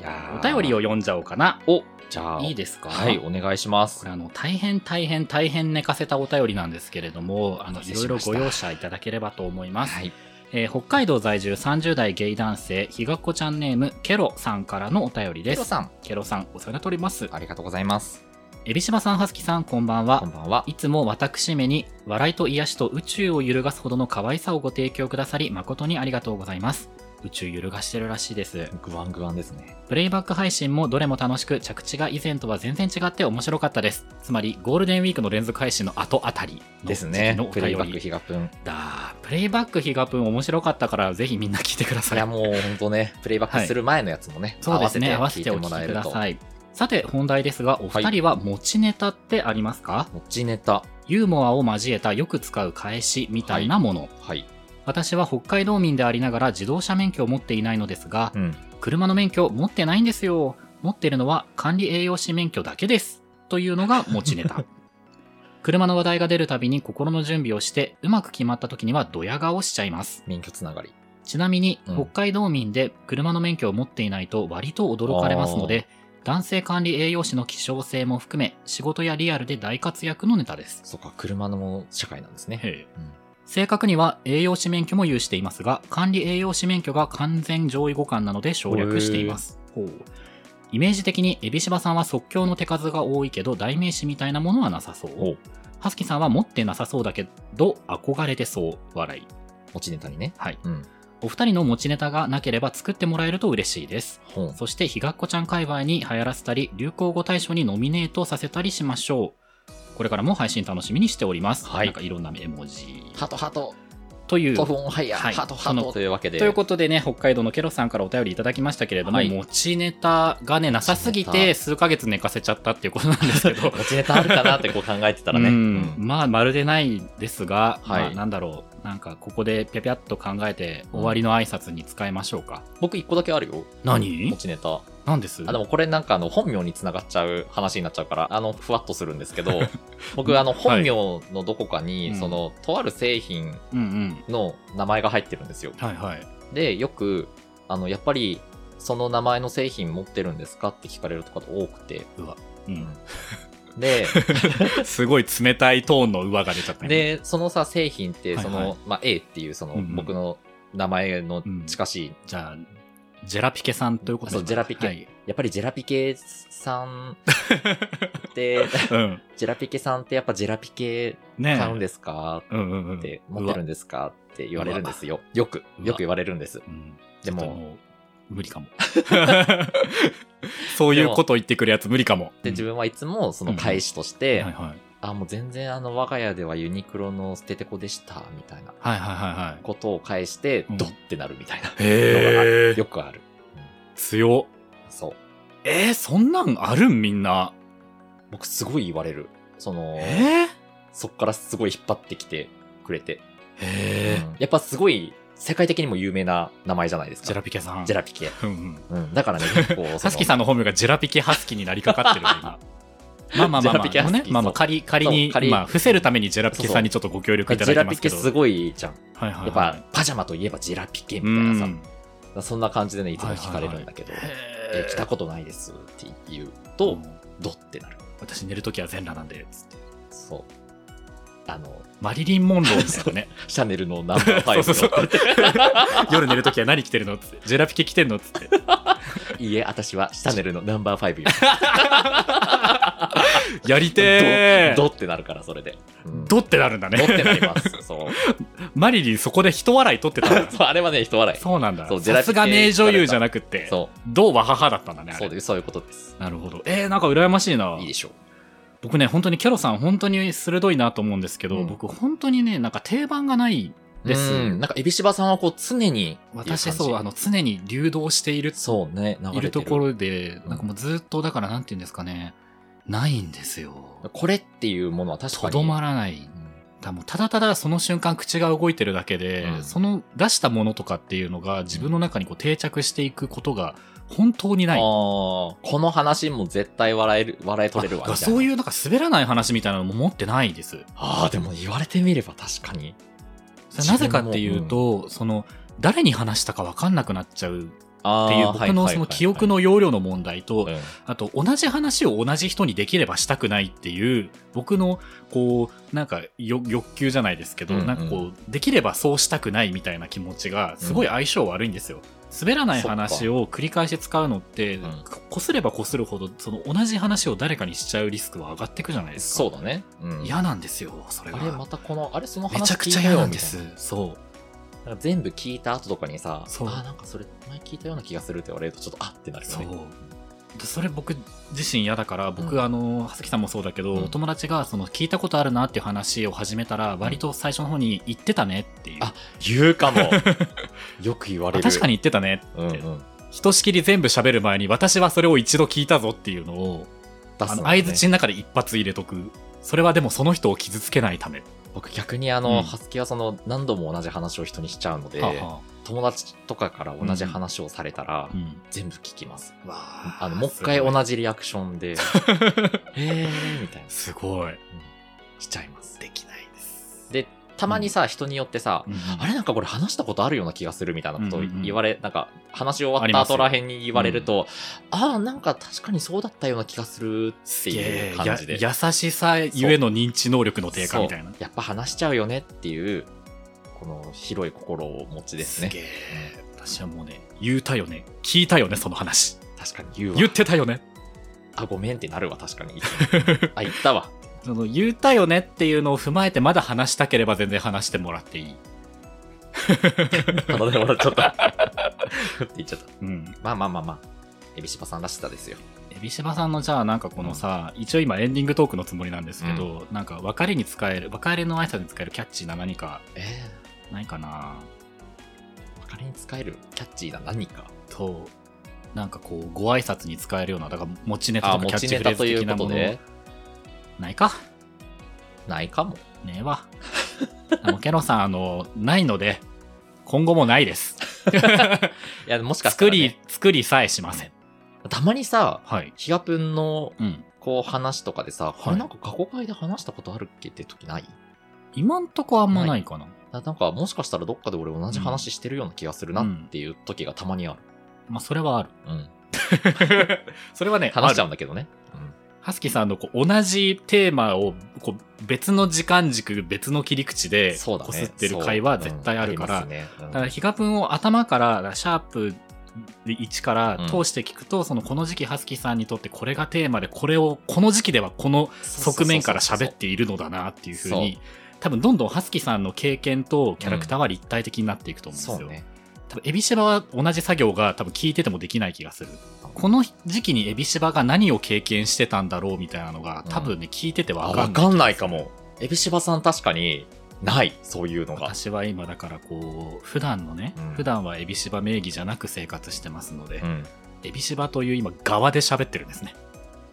Speaker 2: や
Speaker 1: お便りを読んじゃおうかな。
Speaker 2: を。じゃあ、
Speaker 1: いいですか
Speaker 2: はい、お願いしま
Speaker 1: こ
Speaker 2: す
Speaker 1: れ。あの大変大変大変寝かせたお便りなんですけれどもあの
Speaker 2: お
Speaker 1: い
Speaker 2: 待た
Speaker 1: ろ
Speaker 2: せ
Speaker 1: い
Speaker 2: し
Speaker 1: ろ
Speaker 2: ました
Speaker 1: ご容赦いただければと思います、
Speaker 2: はい。
Speaker 1: えー北海道在住30代ゲイ男性ひがっこちゃんネームケロさんからのお便りで
Speaker 2: ケ
Speaker 1: す
Speaker 2: ロさん、
Speaker 1: ケロさんお世話になっております
Speaker 2: ありがとうございます。
Speaker 1: えびしばさんはすきさんこんばん
Speaker 2: こん
Speaker 1: は
Speaker 2: ばんは。
Speaker 1: いつも私めに笑いと癒しと宇宙を揺るがすほどの可愛さをご提供くださり誠にありがとうございます宇宙揺るがしてるらしいです
Speaker 2: グワングワンですね。
Speaker 1: プレイバック配信もどれも楽しく着地が以前とは全然違って面白かったですつまりゴールデンウィークの連続配信の後あたりの
Speaker 2: です
Speaker 1: 時
Speaker 2: ね
Speaker 1: 期の。お
Speaker 2: プレイ
Speaker 1: 便
Speaker 2: バック
Speaker 1: り
Speaker 2: ヒガプン。
Speaker 1: だプレイバックヒガプン面白かったからぜひみんな聞いてくだ
Speaker 2: い
Speaker 1: さい
Speaker 2: やもう本当ね、プレイバックする前のやつもね、
Speaker 1: そうですね合
Speaker 2: 合
Speaker 1: わ
Speaker 2: わ
Speaker 1: せ
Speaker 2: せ
Speaker 1: て
Speaker 2: て
Speaker 1: お
Speaker 2: 聞いて
Speaker 1: 聞
Speaker 2: もら
Speaker 1: き
Speaker 2: え
Speaker 1: く
Speaker 2: る
Speaker 1: だ
Speaker 2: と。
Speaker 1: さいさて本題ですがお二人は持ちネタってありますか、
Speaker 2: 持ちネタ。
Speaker 1: ユーモアを交えたよく使う返しみたいなもの、
Speaker 2: はい。
Speaker 1: 私は北海道民でありながら自動車免許を持っていないのですが、
Speaker 2: うん。
Speaker 1: 車の免許持ってないんですよ持ってるのは管理栄養士免許だけですというのが持ちネタ
Speaker 2: (laughs)
Speaker 1: 車の話題が出るたびに心の準備をしてうまく決まった時にはドヤ顔しちゃいます
Speaker 2: 免許つながり。
Speaker 1: ちなみに、
Speaker 2: うん
Speaker 1: 北海道民で車の免許を持っていないと割と驚かれますので男性管理栄養士の希少性も含め仕事やリアルで大活躍のネタです
Speaker 2: そうか、車の社会なんですね。うん
Speaker 1: 正確には栄養士免許も有していますが管理栄養士免許が完全上位互換なので省略していますほうイメージ的に海老柴さんは即興の手数が多いけど代名詞みたいなものはなさそ
Speaker 2: ほ
Speaker 1: う
Speaker 2: う
Speaker 1: ハスキさんは持ってなさそうだけど憧れてそう笑い
Speaker 2: 持ちネタにね。
Speaker 1: はい
Speaker 2: うん。
Speaker 1: お二人の持ちネタがなければ作ってもらえると嬉しいです
Speaker 2: ほう
Speaker 1: そしてひがっこちゃん界隈に流行らせたり流行語大賞にノミネートさせたりしましょうこれからも配信楽しみにしております、
Speaker 2: はい
Speaker 1: なんかいろんな絵文字
Speaker 2: ハトハト、
Speaker 1: という
Speaker 2: トフォンハイヤー、
Speaker 1: はい
Speaker 2: ハトハ
Speaker 1: その
Speaker 2: トというわけで。
Speaker 1: ということでね、北海道のケロさんからお便りいただきましたけれども、
Speaker 2: はい
Speaker 1: 持ちネタがね、なさすぎ
Speaker 2: 持ち
Speaker 1: て
Speaker 2: ネ
Speaker 1: 数ヶ月寝かせちゃったっていうことなんです
Speaker 2: (laughs)
Speaker 1: けど、
Speaker 2: 持ちネタあるかなってこう考えてたらね。
Speaker 1: う
Speaker 2: うんん
Speaker 1: まあ、まるでないですが、
Speaker 2: はい
Speaker 1: まあ、なんだろう、なんかここでぴゃぴゃっと考えて、終わりの挨拶に使いましょうか。
Speaker 2: 僕一個だけあるよ。
Speaker 1: 何
Speaker 2: 持ちネタ。
Speaker 1: なんです
Speaker 2: あでもこれなんかあの本名につながっちゃう話になっちゃうからあのふわっとするんですけ
Speaker 1: (laughs)
Speaker 2: ど僕あの本名のどこかに、
Speaker 1: うん
Speaker 2: そのとある製品
Speaker 1: うんうん。
Speaker 2: の名前が入ってるんですよ
Speaker 1: はいはい。
Speaker 2: でよくあのやっぱりその名前の製品持ってるんですかって聞かれるとかが多くて (laughs)
Speaker 1: うん、
Speaker 2: で
Speaker 1: すごい冷たいトーンの上が出ちゃったね、
Speaker 2: でそのさ製品ってその、
Speaker 1: はいは
Speaker 2: まあ、A っていうその、
Speaker 1: うんうん
Speaker 2: 僕の名前の近しい、
Speaker 1: じゃあ、ジェラピケさんということで
Speaker 2: そうジェラピケ
Speaker 1: はい
Speaker 2: やっぱりジェラピケさんって
Speaker 1: (laughs) うん。
Speaker 2: ジェラピケさんってやっぱジェラピケ
Speaker 1: ねえ
Speaker 2: 買うんですか
Speaker 1: うんうんうん。
Speaker 2: って持ってるんですかって言われるんですよ。よく、
Speaker 1: うわ
Speaker 2: よく言われるんです。
Speaker 1: うん
Speaker 2: でも
Speaker 1: ちょっとう無理
Speaker 2: (laughs)
Speaker 1: かも。
Speaker 4: そういうことを言ってくるやつ無理かも。
Speaker 2: で、自分はいつもその返しとし
Speaker 1: はい
Speaker 2: て、
Speaker 1: はい。はい
Speaker 2: あ、もう全然あの我が家ではユニクロの捨ててこでした、みたいな
Speaker 1: はいはいはい。
Speaker 2: ことを返して
Speaker 1: う、ん
Speaker 2: ドッてなるみたいな
Speaker 4: へ
Speaker 2: よくある。
Speaker 4: 強。
Speaker 2: そう。
Speaker 1: えー、そんなんあるんみんな。
Speaker 2: 僕すごい言われる。その、
Speaker 4: え
Speaker 2: そっからすごい引っ張ってきてくれて。
Speaker 4: へ
Speaker 2: うんやっぱすごい世界的にも有名な名前じゃないですか。
Speaker 1: ジェラピケさん。
Speaker 2: ジェラピケ。
Speaker 1: うんうん。
Speaker 2: うん。
Speaker 1: (laughs)
Speaker 2: だからね、結構、
Speaker 1: サスキさんの本名がジェラピケハスキになりかかってるよ
Speaker 2: (laughs)
Speaker 1: 今まあまあ
Speaker 2: ジ
Speaker 1: まあ
Speaker 2: ェラ
Speaker 1: ま
Speaker 2: ピ
Speaker 1: あ、
Speaker 2: ケハスキ
Speaker 1: ね、まあま
Speaker 2: そう
Speaker 1: あ仮仮
Speaker 2: そ
Speaker 1: に
Speaker 2: う仮
Speaker 1: まあ伏せるためにジェラピケさんにちょっとご協力いただ
Speaker 2: ジェ
Speaker 1: いて
Speaker 2: ラ
Speaker 1: ま
Speaker 2: ピ
Speaker 1: すけ
Speaker 2: ケ
Speaker 1: ど。
Speaker 2: すごいじゃん。
Speaker 1: はいはいはい
Speaker 2: やっぱ、パジャマといえばジェラピケ
Speaker 1: う
Speaker 2: みたいなさ。
Speaker 1: ん。
Speaker 2: そんな感じでね、いつも聞かれるんだけど、えー来たことないですって言うと、
Speaker 1: うん
Speaker 2: ドってなる。
Speaker 1: 私寝るときは全裸なんで、つって。
Speaker 2: そう。あの、
Speaker 1: マリリン・モンローみたいなね。
Speaker 2: (laughs) シャネルのナンバー
Speaker 1: (laughs)
Speaker 2: ファイブ
Speaker 5: そうそう
Speaker 2: の、
Speaker 5: 夜寝るときは何着てるのつって。ジェラピケ着てんのつって。
Speaker 2: いいえ、私はシャネルのナンバーファイブよ。
Speaker 5: やりてー
Speaker 2: ドってなるから、それで。うん
Speaker 5: ドってなるんだ
Speaker 2: ドっ
Speaker 5: ね。
Speaker 2: て
Speaker 1: (laughs)
Speaker 2: なります。そう。
Speaker 5: マリリンそこで人笑い取ってたんだ
Speaker 2: そうあれはね、人笑
Speaker 1: そうなんだ
Speaker 2: そう。ジェラ
Speaker 1: さす
Speaker 2: ピケ
Speaker 1: が名女優じゃなくて
Speaker 2: い。、そ
Speaker 5: どうは母だったんだね、
Speaker 2: う。
Speaker 5: あ
Speaker 2: そう
Speaker 5: れ。
Speaker 2: です。そういうことです。
Speaker 1: なるほど。えー、なんか羨ましいな。
Speaker 2: いいでしょう。
Speaker 1: 僕ね、本当にケロさん、本当に鋭いなと思うんですけど、
Speaker 2: うん
Speaker 1: 僕、本当にね、なんか定番がないです。
Speaker 2: うんなんか、エビシバさんはこう、常に、
Speaker 1: 私、そう、あ
Speaker 2: の、
Speaker 1: の、常に流動している、
Speaker 2: そうね、流れて
Speaker 1: いるところで、
Speaker 2: うん
Speaker 1: なんかもうずっと、だから、なんて言うんですかね、ないんですよ。
Speaker 2: これっていうものは確か
Speaker 1: と
Speaker 2: に。
Speaker 1: どまらない。だもうただただその瞬間口が動いてるだけで、
Speaker 2: うん
Speaker 1: その出したものとかっていうのが自分の中にこう定着していくことが本当にな
Speaker 2: あ
Speaker 1: い。
Speaker 2: ーこの話も絶対笑える、笑い取れるわ。
Speaker 1: あ
Speaker 2: みたいな
Speaker 1: そういうなんか滑らない話みたいなのも持ってないです。
Speaker 2: ああ、でも言われてみれば確かに。
Speaker 1: それなぜかっていうと、その誰に話したか分かんなくなっちゃう
Speaker 2: あ
Speaker 1: っ
Speaker 2: ー
Speaker 1: ていう
Speaker 2: はい
Speaker 1: 僕
Speaker 2: はい
Speaker 1: の
Speaker 2: はい
Speaker 1: その記憶の容量の問題と、
Speaker 2: うん
Speaker 1: あと同じ話を同じ人にできればしたくないっていう僕のこうなんかよ欲求じゃないですけど、
Speaker 2: うんうん
Speaker 1: なんかこうできればそうしたくないみたいな気持ちがすごい相性悪いんですよ。滑らない話を繰り返し使うのって
Speaker 2: ん
Speaker 1: ここすればこするほどその同じ話を誰かにしちゃうリスクは上がっていくじゃないですか
Speaker 2: そうだね。うん
Speaker 1: 嫌なんですよそれ
Speaker 2: あれ、ま
Speaker 1: が
Speaker 2: たこの、あれ、その
Speaker 1: めち
Speaker 2: 話
Speaker 1: ゃくちゃ
Speaker 2: 聞いた
Speaker 1: 嫌
Speaker 2: よ
Speaker 1: なんです
Speaker 2: みたい
Speaker 1: そう
Speaker 2: ななんか全部聞いた後とかにさ、あ
Speaker 1: そう
Speaker 2: ーなんかそれ、前聞いたような気がするって言われると、ちょっとあってなるよ
Speaker 1: そう
Speaker 2: ね。
Speaker 1: でそれ僕自身嫌だから僕、
Speaker 2: うん
Speaker 1: あの葉月さんもそうだけど、
Speaker 2: うん
Speaker 1: お友達がその聞いたことあるなっていう話を始めたら割と最初の方に言ってたねっていう、
Speaker 2: あ言う
Speaker 1: (laughs)
Speaker 2: かも。よく言われ
Speaker 1: あ
Speaker 2: る。
Speaker 1: 確かに言ってたね
Speaker 2: うんうん。
Speaker 1: ひとしきり全部喋る前に私はそれを一度聞いたぞっていうのを
Speaker 2: 出
Speaker 1: あ
Speaker 2: す
Speaker 1: の
Speaker 2: の
Speaker 1: 相
Speaker 2: ね
Speaker 1: づちの中で一発入れとくそれはでもその人を傷つけないため、
Speaker 2: 僕逆にあ
Speaker 1: うん
Speaker 2: の、ハスキはその、何度も同じ話を人にしちゃうので、
Speaker 1: はあは
Speaker 2: 友達とかから同じ話をされたら
Speaker 1: あ、うん
Speaker 2: 全部聞きます。
Speaker 1: わ
Speaker 2: あの、もう一回
Speaker 1: じ
Speaker 2: 同じリアクションで、えーみたいな、
Speaker 1: すごい
Speaker 2: しちゃいます。
Speaker 1: できないです
Speaker 2: で、たまにさ、人によってさ、あ
Speaker 1: れ
Speaker 2: れなんかこれ話したことあるような気がするみたいなことを
Speaker 1: うんうんうん
Speaker 2: 言われ、なんか話終わ
Speaker 1: あ
Speaker 2: っ
Speaker 1: り
Speaker 2: た
Speaker 1: ます
Speaker 2: 後
Speaker 1: よ
Speaker 2: らへんに言われると、ああ、なんか確かにそうだったような気がするっていう感じで。
Speaker 1: や優しさゆえの認知能力の低下みたいな
Speaker 2: そうやっぱ話しちゃうよねっていう、この広い心をお持ちです
Speaker 1: げ
Speaker 2: ね。
Speaker 1: え。私はもうね、言うたよね。聞いたよね、その話。
Speaker 2: 確かに言うわ
Speaker 1: 言。ってたよね。
Speaker 2: あ、ごめんってなるわ、確かに。あ、言ったわ。
Speaker 1: その言うたよねっていうのを踏まえて、まだ話したければ全然話してもらっていい。
Speaker 2: 鼻で笑っちゃった。ふって言っちゃった。
Speaker 1: うん。
Speaker 2: まあまあまあまあ。エビシバさんらしさですよ。
Speaker 1: エビシバさんのじゃあなんかこのさ、一応今エンディングトークのつもりなんですけど、なんか別れに使える、別れの挨拶に使えるキャッチーな何か
Speaker 2: ええ
Speaker 1: ないかな
Speaker 2: ー、仮に使えるキャッチーな何か。
Speaker 1: と、なんかこう、ご挨拶に使えるような、だから持ちネタ
Speaker 2: あ、
Speaker 1: とか
Speaker 2: 持
Speaker 1: キャ
Speaker 2: ち
Speaker 1: ッチ
Speaker 2: ネ
Speaker 1: フレ
Speaker 2: タ
Speaker 1: ーズ
Speaker 2: とい
Speaker 1: 的
Speaker 2: う
Speaker 1: な
Speaker 2: こ
Speaker 1: もの
Speaker 2: とで、
Speaker 1: ないか
Speaker 2: ないかも。
Speaker 1: ねえわ。あの、ケロさん、あの、ないので、今後もないです。
Speaker 2: いや、もしかした
Speaker 1: 作
Speaker 2: ら、ね、
Speaker 1: り、作りさえしません。
Speaker 2: たまにさ、
Speaker 1: はい。
Speaker 2: ヒガプンの
Speaker 1: うん。
Speaker 2: こう話とかでさ、これなんか過去会で話したことあるっけって時ない
Speaker 1: 今んとこあんまないかな。
Speaker 2: ななんかもしかしたらどっかで俺同じ話してるような気がするなっていう時がたまにある。
Speaker 1: まあ、それはあ
Speaker 2: (laughs)
Speaker 1: る。
Speaker 2: うん。
Speaker 1: それはね、
Speaker 2: 話しちゃう
Speaker 1: あ
Speaker 2: ん
Speaker 1: る
Speaker 2: だけどね。
Speaker 1: ハスキーさんのこう同じテーマをこう別の時間軸、別の切り口
Speaker 2: う
Speaker 1: で
Speaker 2: ん。そうだね。
Speaker 1: こすってる回は絶対あるから、
Speaker 2: そううんりますねうん
Speaker 1: だからヒガプンを頭から、シャープ1から通して聞くと、そのこの時期ハスキーさんにとってこれがテーマで、これを、この時期ではこの側面から喋っているのだなっていうふうに、多分どんどんハスキーさんの経験とキャラクターは立体的になっていくと思うんですよ。
Speaker 2: そうね。
Speaker 1: 多分エビシバは同じ作業が多分聞いててもできない気がするこの時期にエビシバが何を経験してたんだろうみたいなのが多分ね、聞いてて
Speaker 2: あ
Speaker 1: わか
Speaker 2: わ
Speaker 1: んない
Speaker 2: かんないかも。エビシバさん確かにない、そういうのが。
Speaker 1: 私は今だからこう普段のね、
Speaker 2: うん
Speaker 1: 普段はエビシバ名義じゃなく生活してますので、
Speaker 2: うん。
Speaker 1: エビシバという今側で喋ってるんですね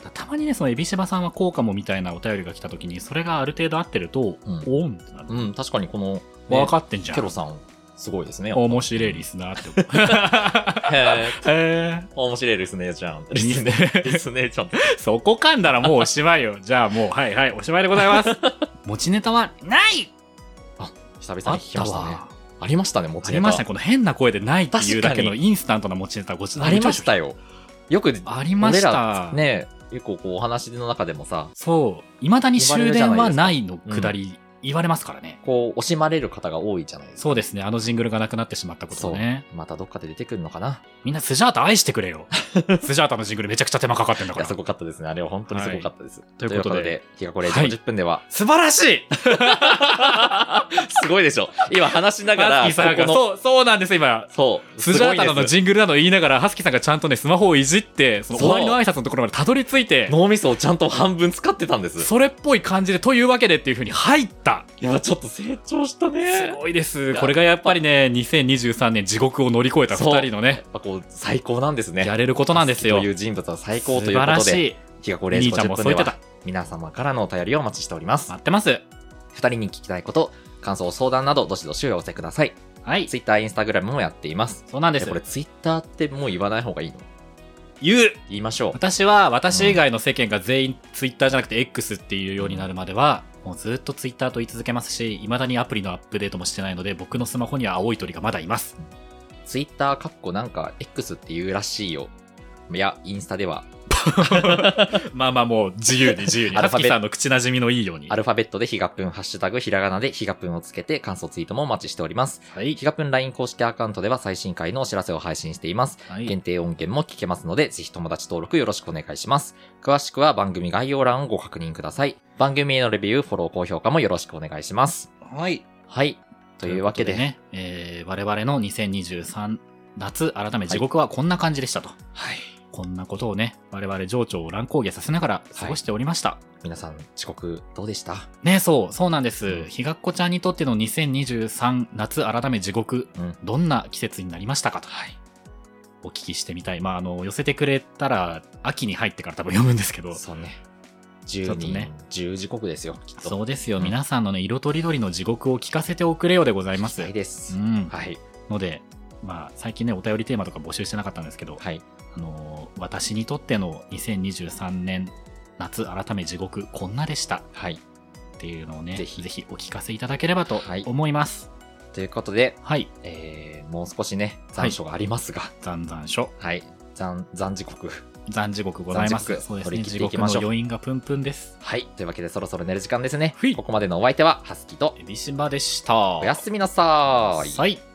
Speaker 1: だたまにねそのエビシバさんはこうかもみたいなお便りが来た時にそれがある程度合ってると、
Speaker 2: うん
Speaker 1: おんってなる、
Speaker 2: うん、確かにこの、
Speaker 1: 分かってんじゃ
Speaker 2: ケロ
Speaker 1: ん
Speaker 2: さん、すごいですね。
Speaker 1: 面白いリスナーって思う
Speaker 2: へ
Speaker 1: へ
Speaker 2: ー面白いですね、じゃん。
Speaker 1: ーリスナー
Speaker 2: ですね、ちゃんと。
Speaker 1: (laughs) そこかんだらもうおしまいよ。じゃあもう、はいはい、おしまいでございます。持ちネタはない
Speaker 2: 久
Speaker 1: あ
Speaker 2: 々に
Speaker 1: っ
Speaker 2: 聞き
Speaker 1: た
Speaker 2: ましたね。
Speaker 1: わ。
Speaker 2: ありましたね、持ちネタ
Speaker 1: ありましたね。この変な声でないっていうだけの
Speaker 2: 確か
Speaker 1: インスタントな持ちネタごち
Speaker 2: ありまし
Speaker 1: よ。
Speaker 2: たよ。よく、
Speaker 1: ありまし
Speaker 2: 俺
Speaker 1: た
Speaker 2: ら。ね、結構こうお話の中でもさ、
Speaker 1: そう。いまだに終電はないの
Speaker 2: 言
Speaker 1: 下
Speaker 2: われる
Speaker 1: り言われますからね。
Speaker 2: こう、惜しまれる方が多いじゃないですか。
Speaker 1: そうですね。あのジングルがなくなってしまったことをね。
Speaker 2: またどっかで出てくるのかな。
Speaker 1: みんなスジャータ愛してくれよ。スジャータのジングルめちゃくちゃ手間かかってんだ
Speaker 2: い
Speaker 1: か
Speaker 2: や、
Speaker 1: ら。
Speaker 2: すごかったですね。あれは本当にすごかったです。
Speaker 1: ということで、
Speaker 2: 日がこれ40分では、
Speaker 6: 素晴らし
Speaker 1: (laughs)
Speaker 6: い
Speaker 2: すごいでしょ。今話しながら、
Speaker 6: ハスキーさんが
Speaker 2: ここの
Speaker 6: そう、そうなんです、今。
Speaker 2: そう。
Speaker 6: スジャータ
Speaker 2: すごい
Speaker 6: の
Speaker 2: です
Speaker 6: ジングルなど言いながら、ハスキーさんがちゃんとね、スマホをいじって、その
Speaker 2: そ
Speaker 6: 終
Speaker 2: う
Speaker 6: わりの挨拶のところまでたどり着いて、
Speaker 2: 脳みそをちゃんと半分使ってたんです。
Speaker 6: それっぽい感じで、というわけでっていう風に入った。
Speaker 2: いや、ちょっと成長したね。
Speaker 6: す
Speaker 2: やっ
Speaker 6: ごいです。これがやっぱりね、2023年地獄を乗り越えた二人のね、
Speaker 2: ぱこう、最高なんですね。
Speaker 6: やれることなんですよ
Speaker 2: とい。う人物は最高
Speaker 1: 素
Speaker 2: という
Speaker 1: 晴
Speaker 2: こ
Speaker 1: ら
Speaker 2: と
Speaker 1: し
Speaker 2: で、
Speaker 1: い。
Speaker 2: 日がこれ
Speaker 6: 兄ちゃん
Speaker 2: 50
Speaker 6: も
Speaker 2: 分
Speaker 6: そう
Speaker 2: で
Speaker 6: 言って
Speaker 2: は
Speaker 6: た、。
Speaker 2: 皆様からのお便りをお待ちしております。
Speaker 1: 待ってます。
Speaker 2: 二人に聞きたいこと、感想、相談など、どしどしお寄せください。
Speaker 1: はい。
Speaker 2: ツイッター、インスタグラムもやっています。
Speaker 1: そうなんで
Speaker 2: え
Speaker 1: す
Speaker 2: こ。れツイッターってもう言わない方がいいの
Speaker 6: 言う
Speaker 2: 言いましょう。
Speaker 1: 私は私以外の世間が全員ツイッターじゃなくて X っていうようになるまでは、もうずっとツイッターと言い続けますし、未だにアプリのアップデートもしてないので、僕のスマホには青い鳥がまだいます。
Speaker 2: ツイッター、かっこなんか X って言うらしいよ。いや、インスタでは、
Speaker 1: (laughs) まあまあもう自由に自由に。
Speaker 2: アル
Speaker 1: ハ
Speaker 2: ファ
Speaker 1: ス
Speaker 2: ベ
Speaker 1: キーさんの口なじみのいいように。
Speaker 2: アルファベットでヒガプン、ハッシュタグ、ひらがなでヒガプンをつけて感想ツイートもお待ちしております。
Speaker 1: はい。
Speaker 2: ヒガプン LINE 公式アカウントでは最新回のお知らせを配信しています。
Speaker 1: はい
Speaker 2: 限定音源も聞けますので、ぜひ友達登録よろしくお願いします。詳しくは番組概要欄をご確認ください。番組へのレビュー、フォロー、高評価もよろしくお願いします。
Speaker 1: はい。
Speaker 2: はい。というわけで、
Speaker 1: ね、えー我々の2023夏、改め地獄はこんな感じでしたと。
Speaker 2: はい、
Speaker 1: こんなことをね、我々情緒を乱高下させながら過ごしておりました。
Speaker 2: 皆さん遅刻どうでした
Speaker 1: ねそう、そうなんで
Speaker 2: う
Speaker 1: す
Speaker 2: ん。
Speaker 1: ひがっこちゃんにとっての2023夏改め地獄、
Speaker 2: うん
Speaker 1: どんな季節になりましたかと。お聞きしてみたい。まあ、あの、寄せてくれたら、秋に入ってから多分読むんですけど。
Speaker 2: そうね。
Speaker 1: ちょ
Speaker 2: 10
Speaker 1: っと
Speaker 2: 人、
Speaker 1: ね
Speaker 2: 10時刻ですよ、きっと。
Speaker 1: そうですよ、
Speaker 2: うん
Speaker 1: 皆さんのね、色とりどりの地獄を聞かせておくれようでございま
Speaker 2: は
Speaker 1: す
Speaker 2: い。です。
Speaker 1: うん。
Speaker 2: はい。
Speaker 1: ので、まあ、最近ね、お便りテーマとか募集してなかったんですけど、
Speaker 2: はい。
Speaker 1: あのー私にとっての2023年夏改め地獄、こんなでした
Speaker 2: はい。
Speaker 1: っていうのをね、ぜ
Speaker 2: ぜひ
Speaker 1: ひお聞かせいただければと思います。
Speaker 2: ということで、
Speaker 1: はい、
Speaker 2: えー、もう少しね、残暑がありますが、
Speaker 1: 残残暑、
Speaker 2: はい。残、残時刻。
Speaker 1: 残地獄ございます。
Speaker 2: 残地獄
Speaker 1: そうです
Speaker 2: 乗り
Speaker 1: ね、
Speaker 2: 切
Speaker 1: 地
Speaker 2: っていき
Speaker 1: 獄
Speaker 2: ま
Speaker 1: の
Speaker 2: しょう
Speaker 1: 余韻がプンプンです。
Speaker 2: はい。というわけで、そろそろ寝る時間ですね
Speaker 1: ふ。い
Speaker 2: ここまでのお相手は、ハスキーと、
Speaker 1: エビシバでした。
Speaker 2: おやすみなさーい。
Speaker 1: はい。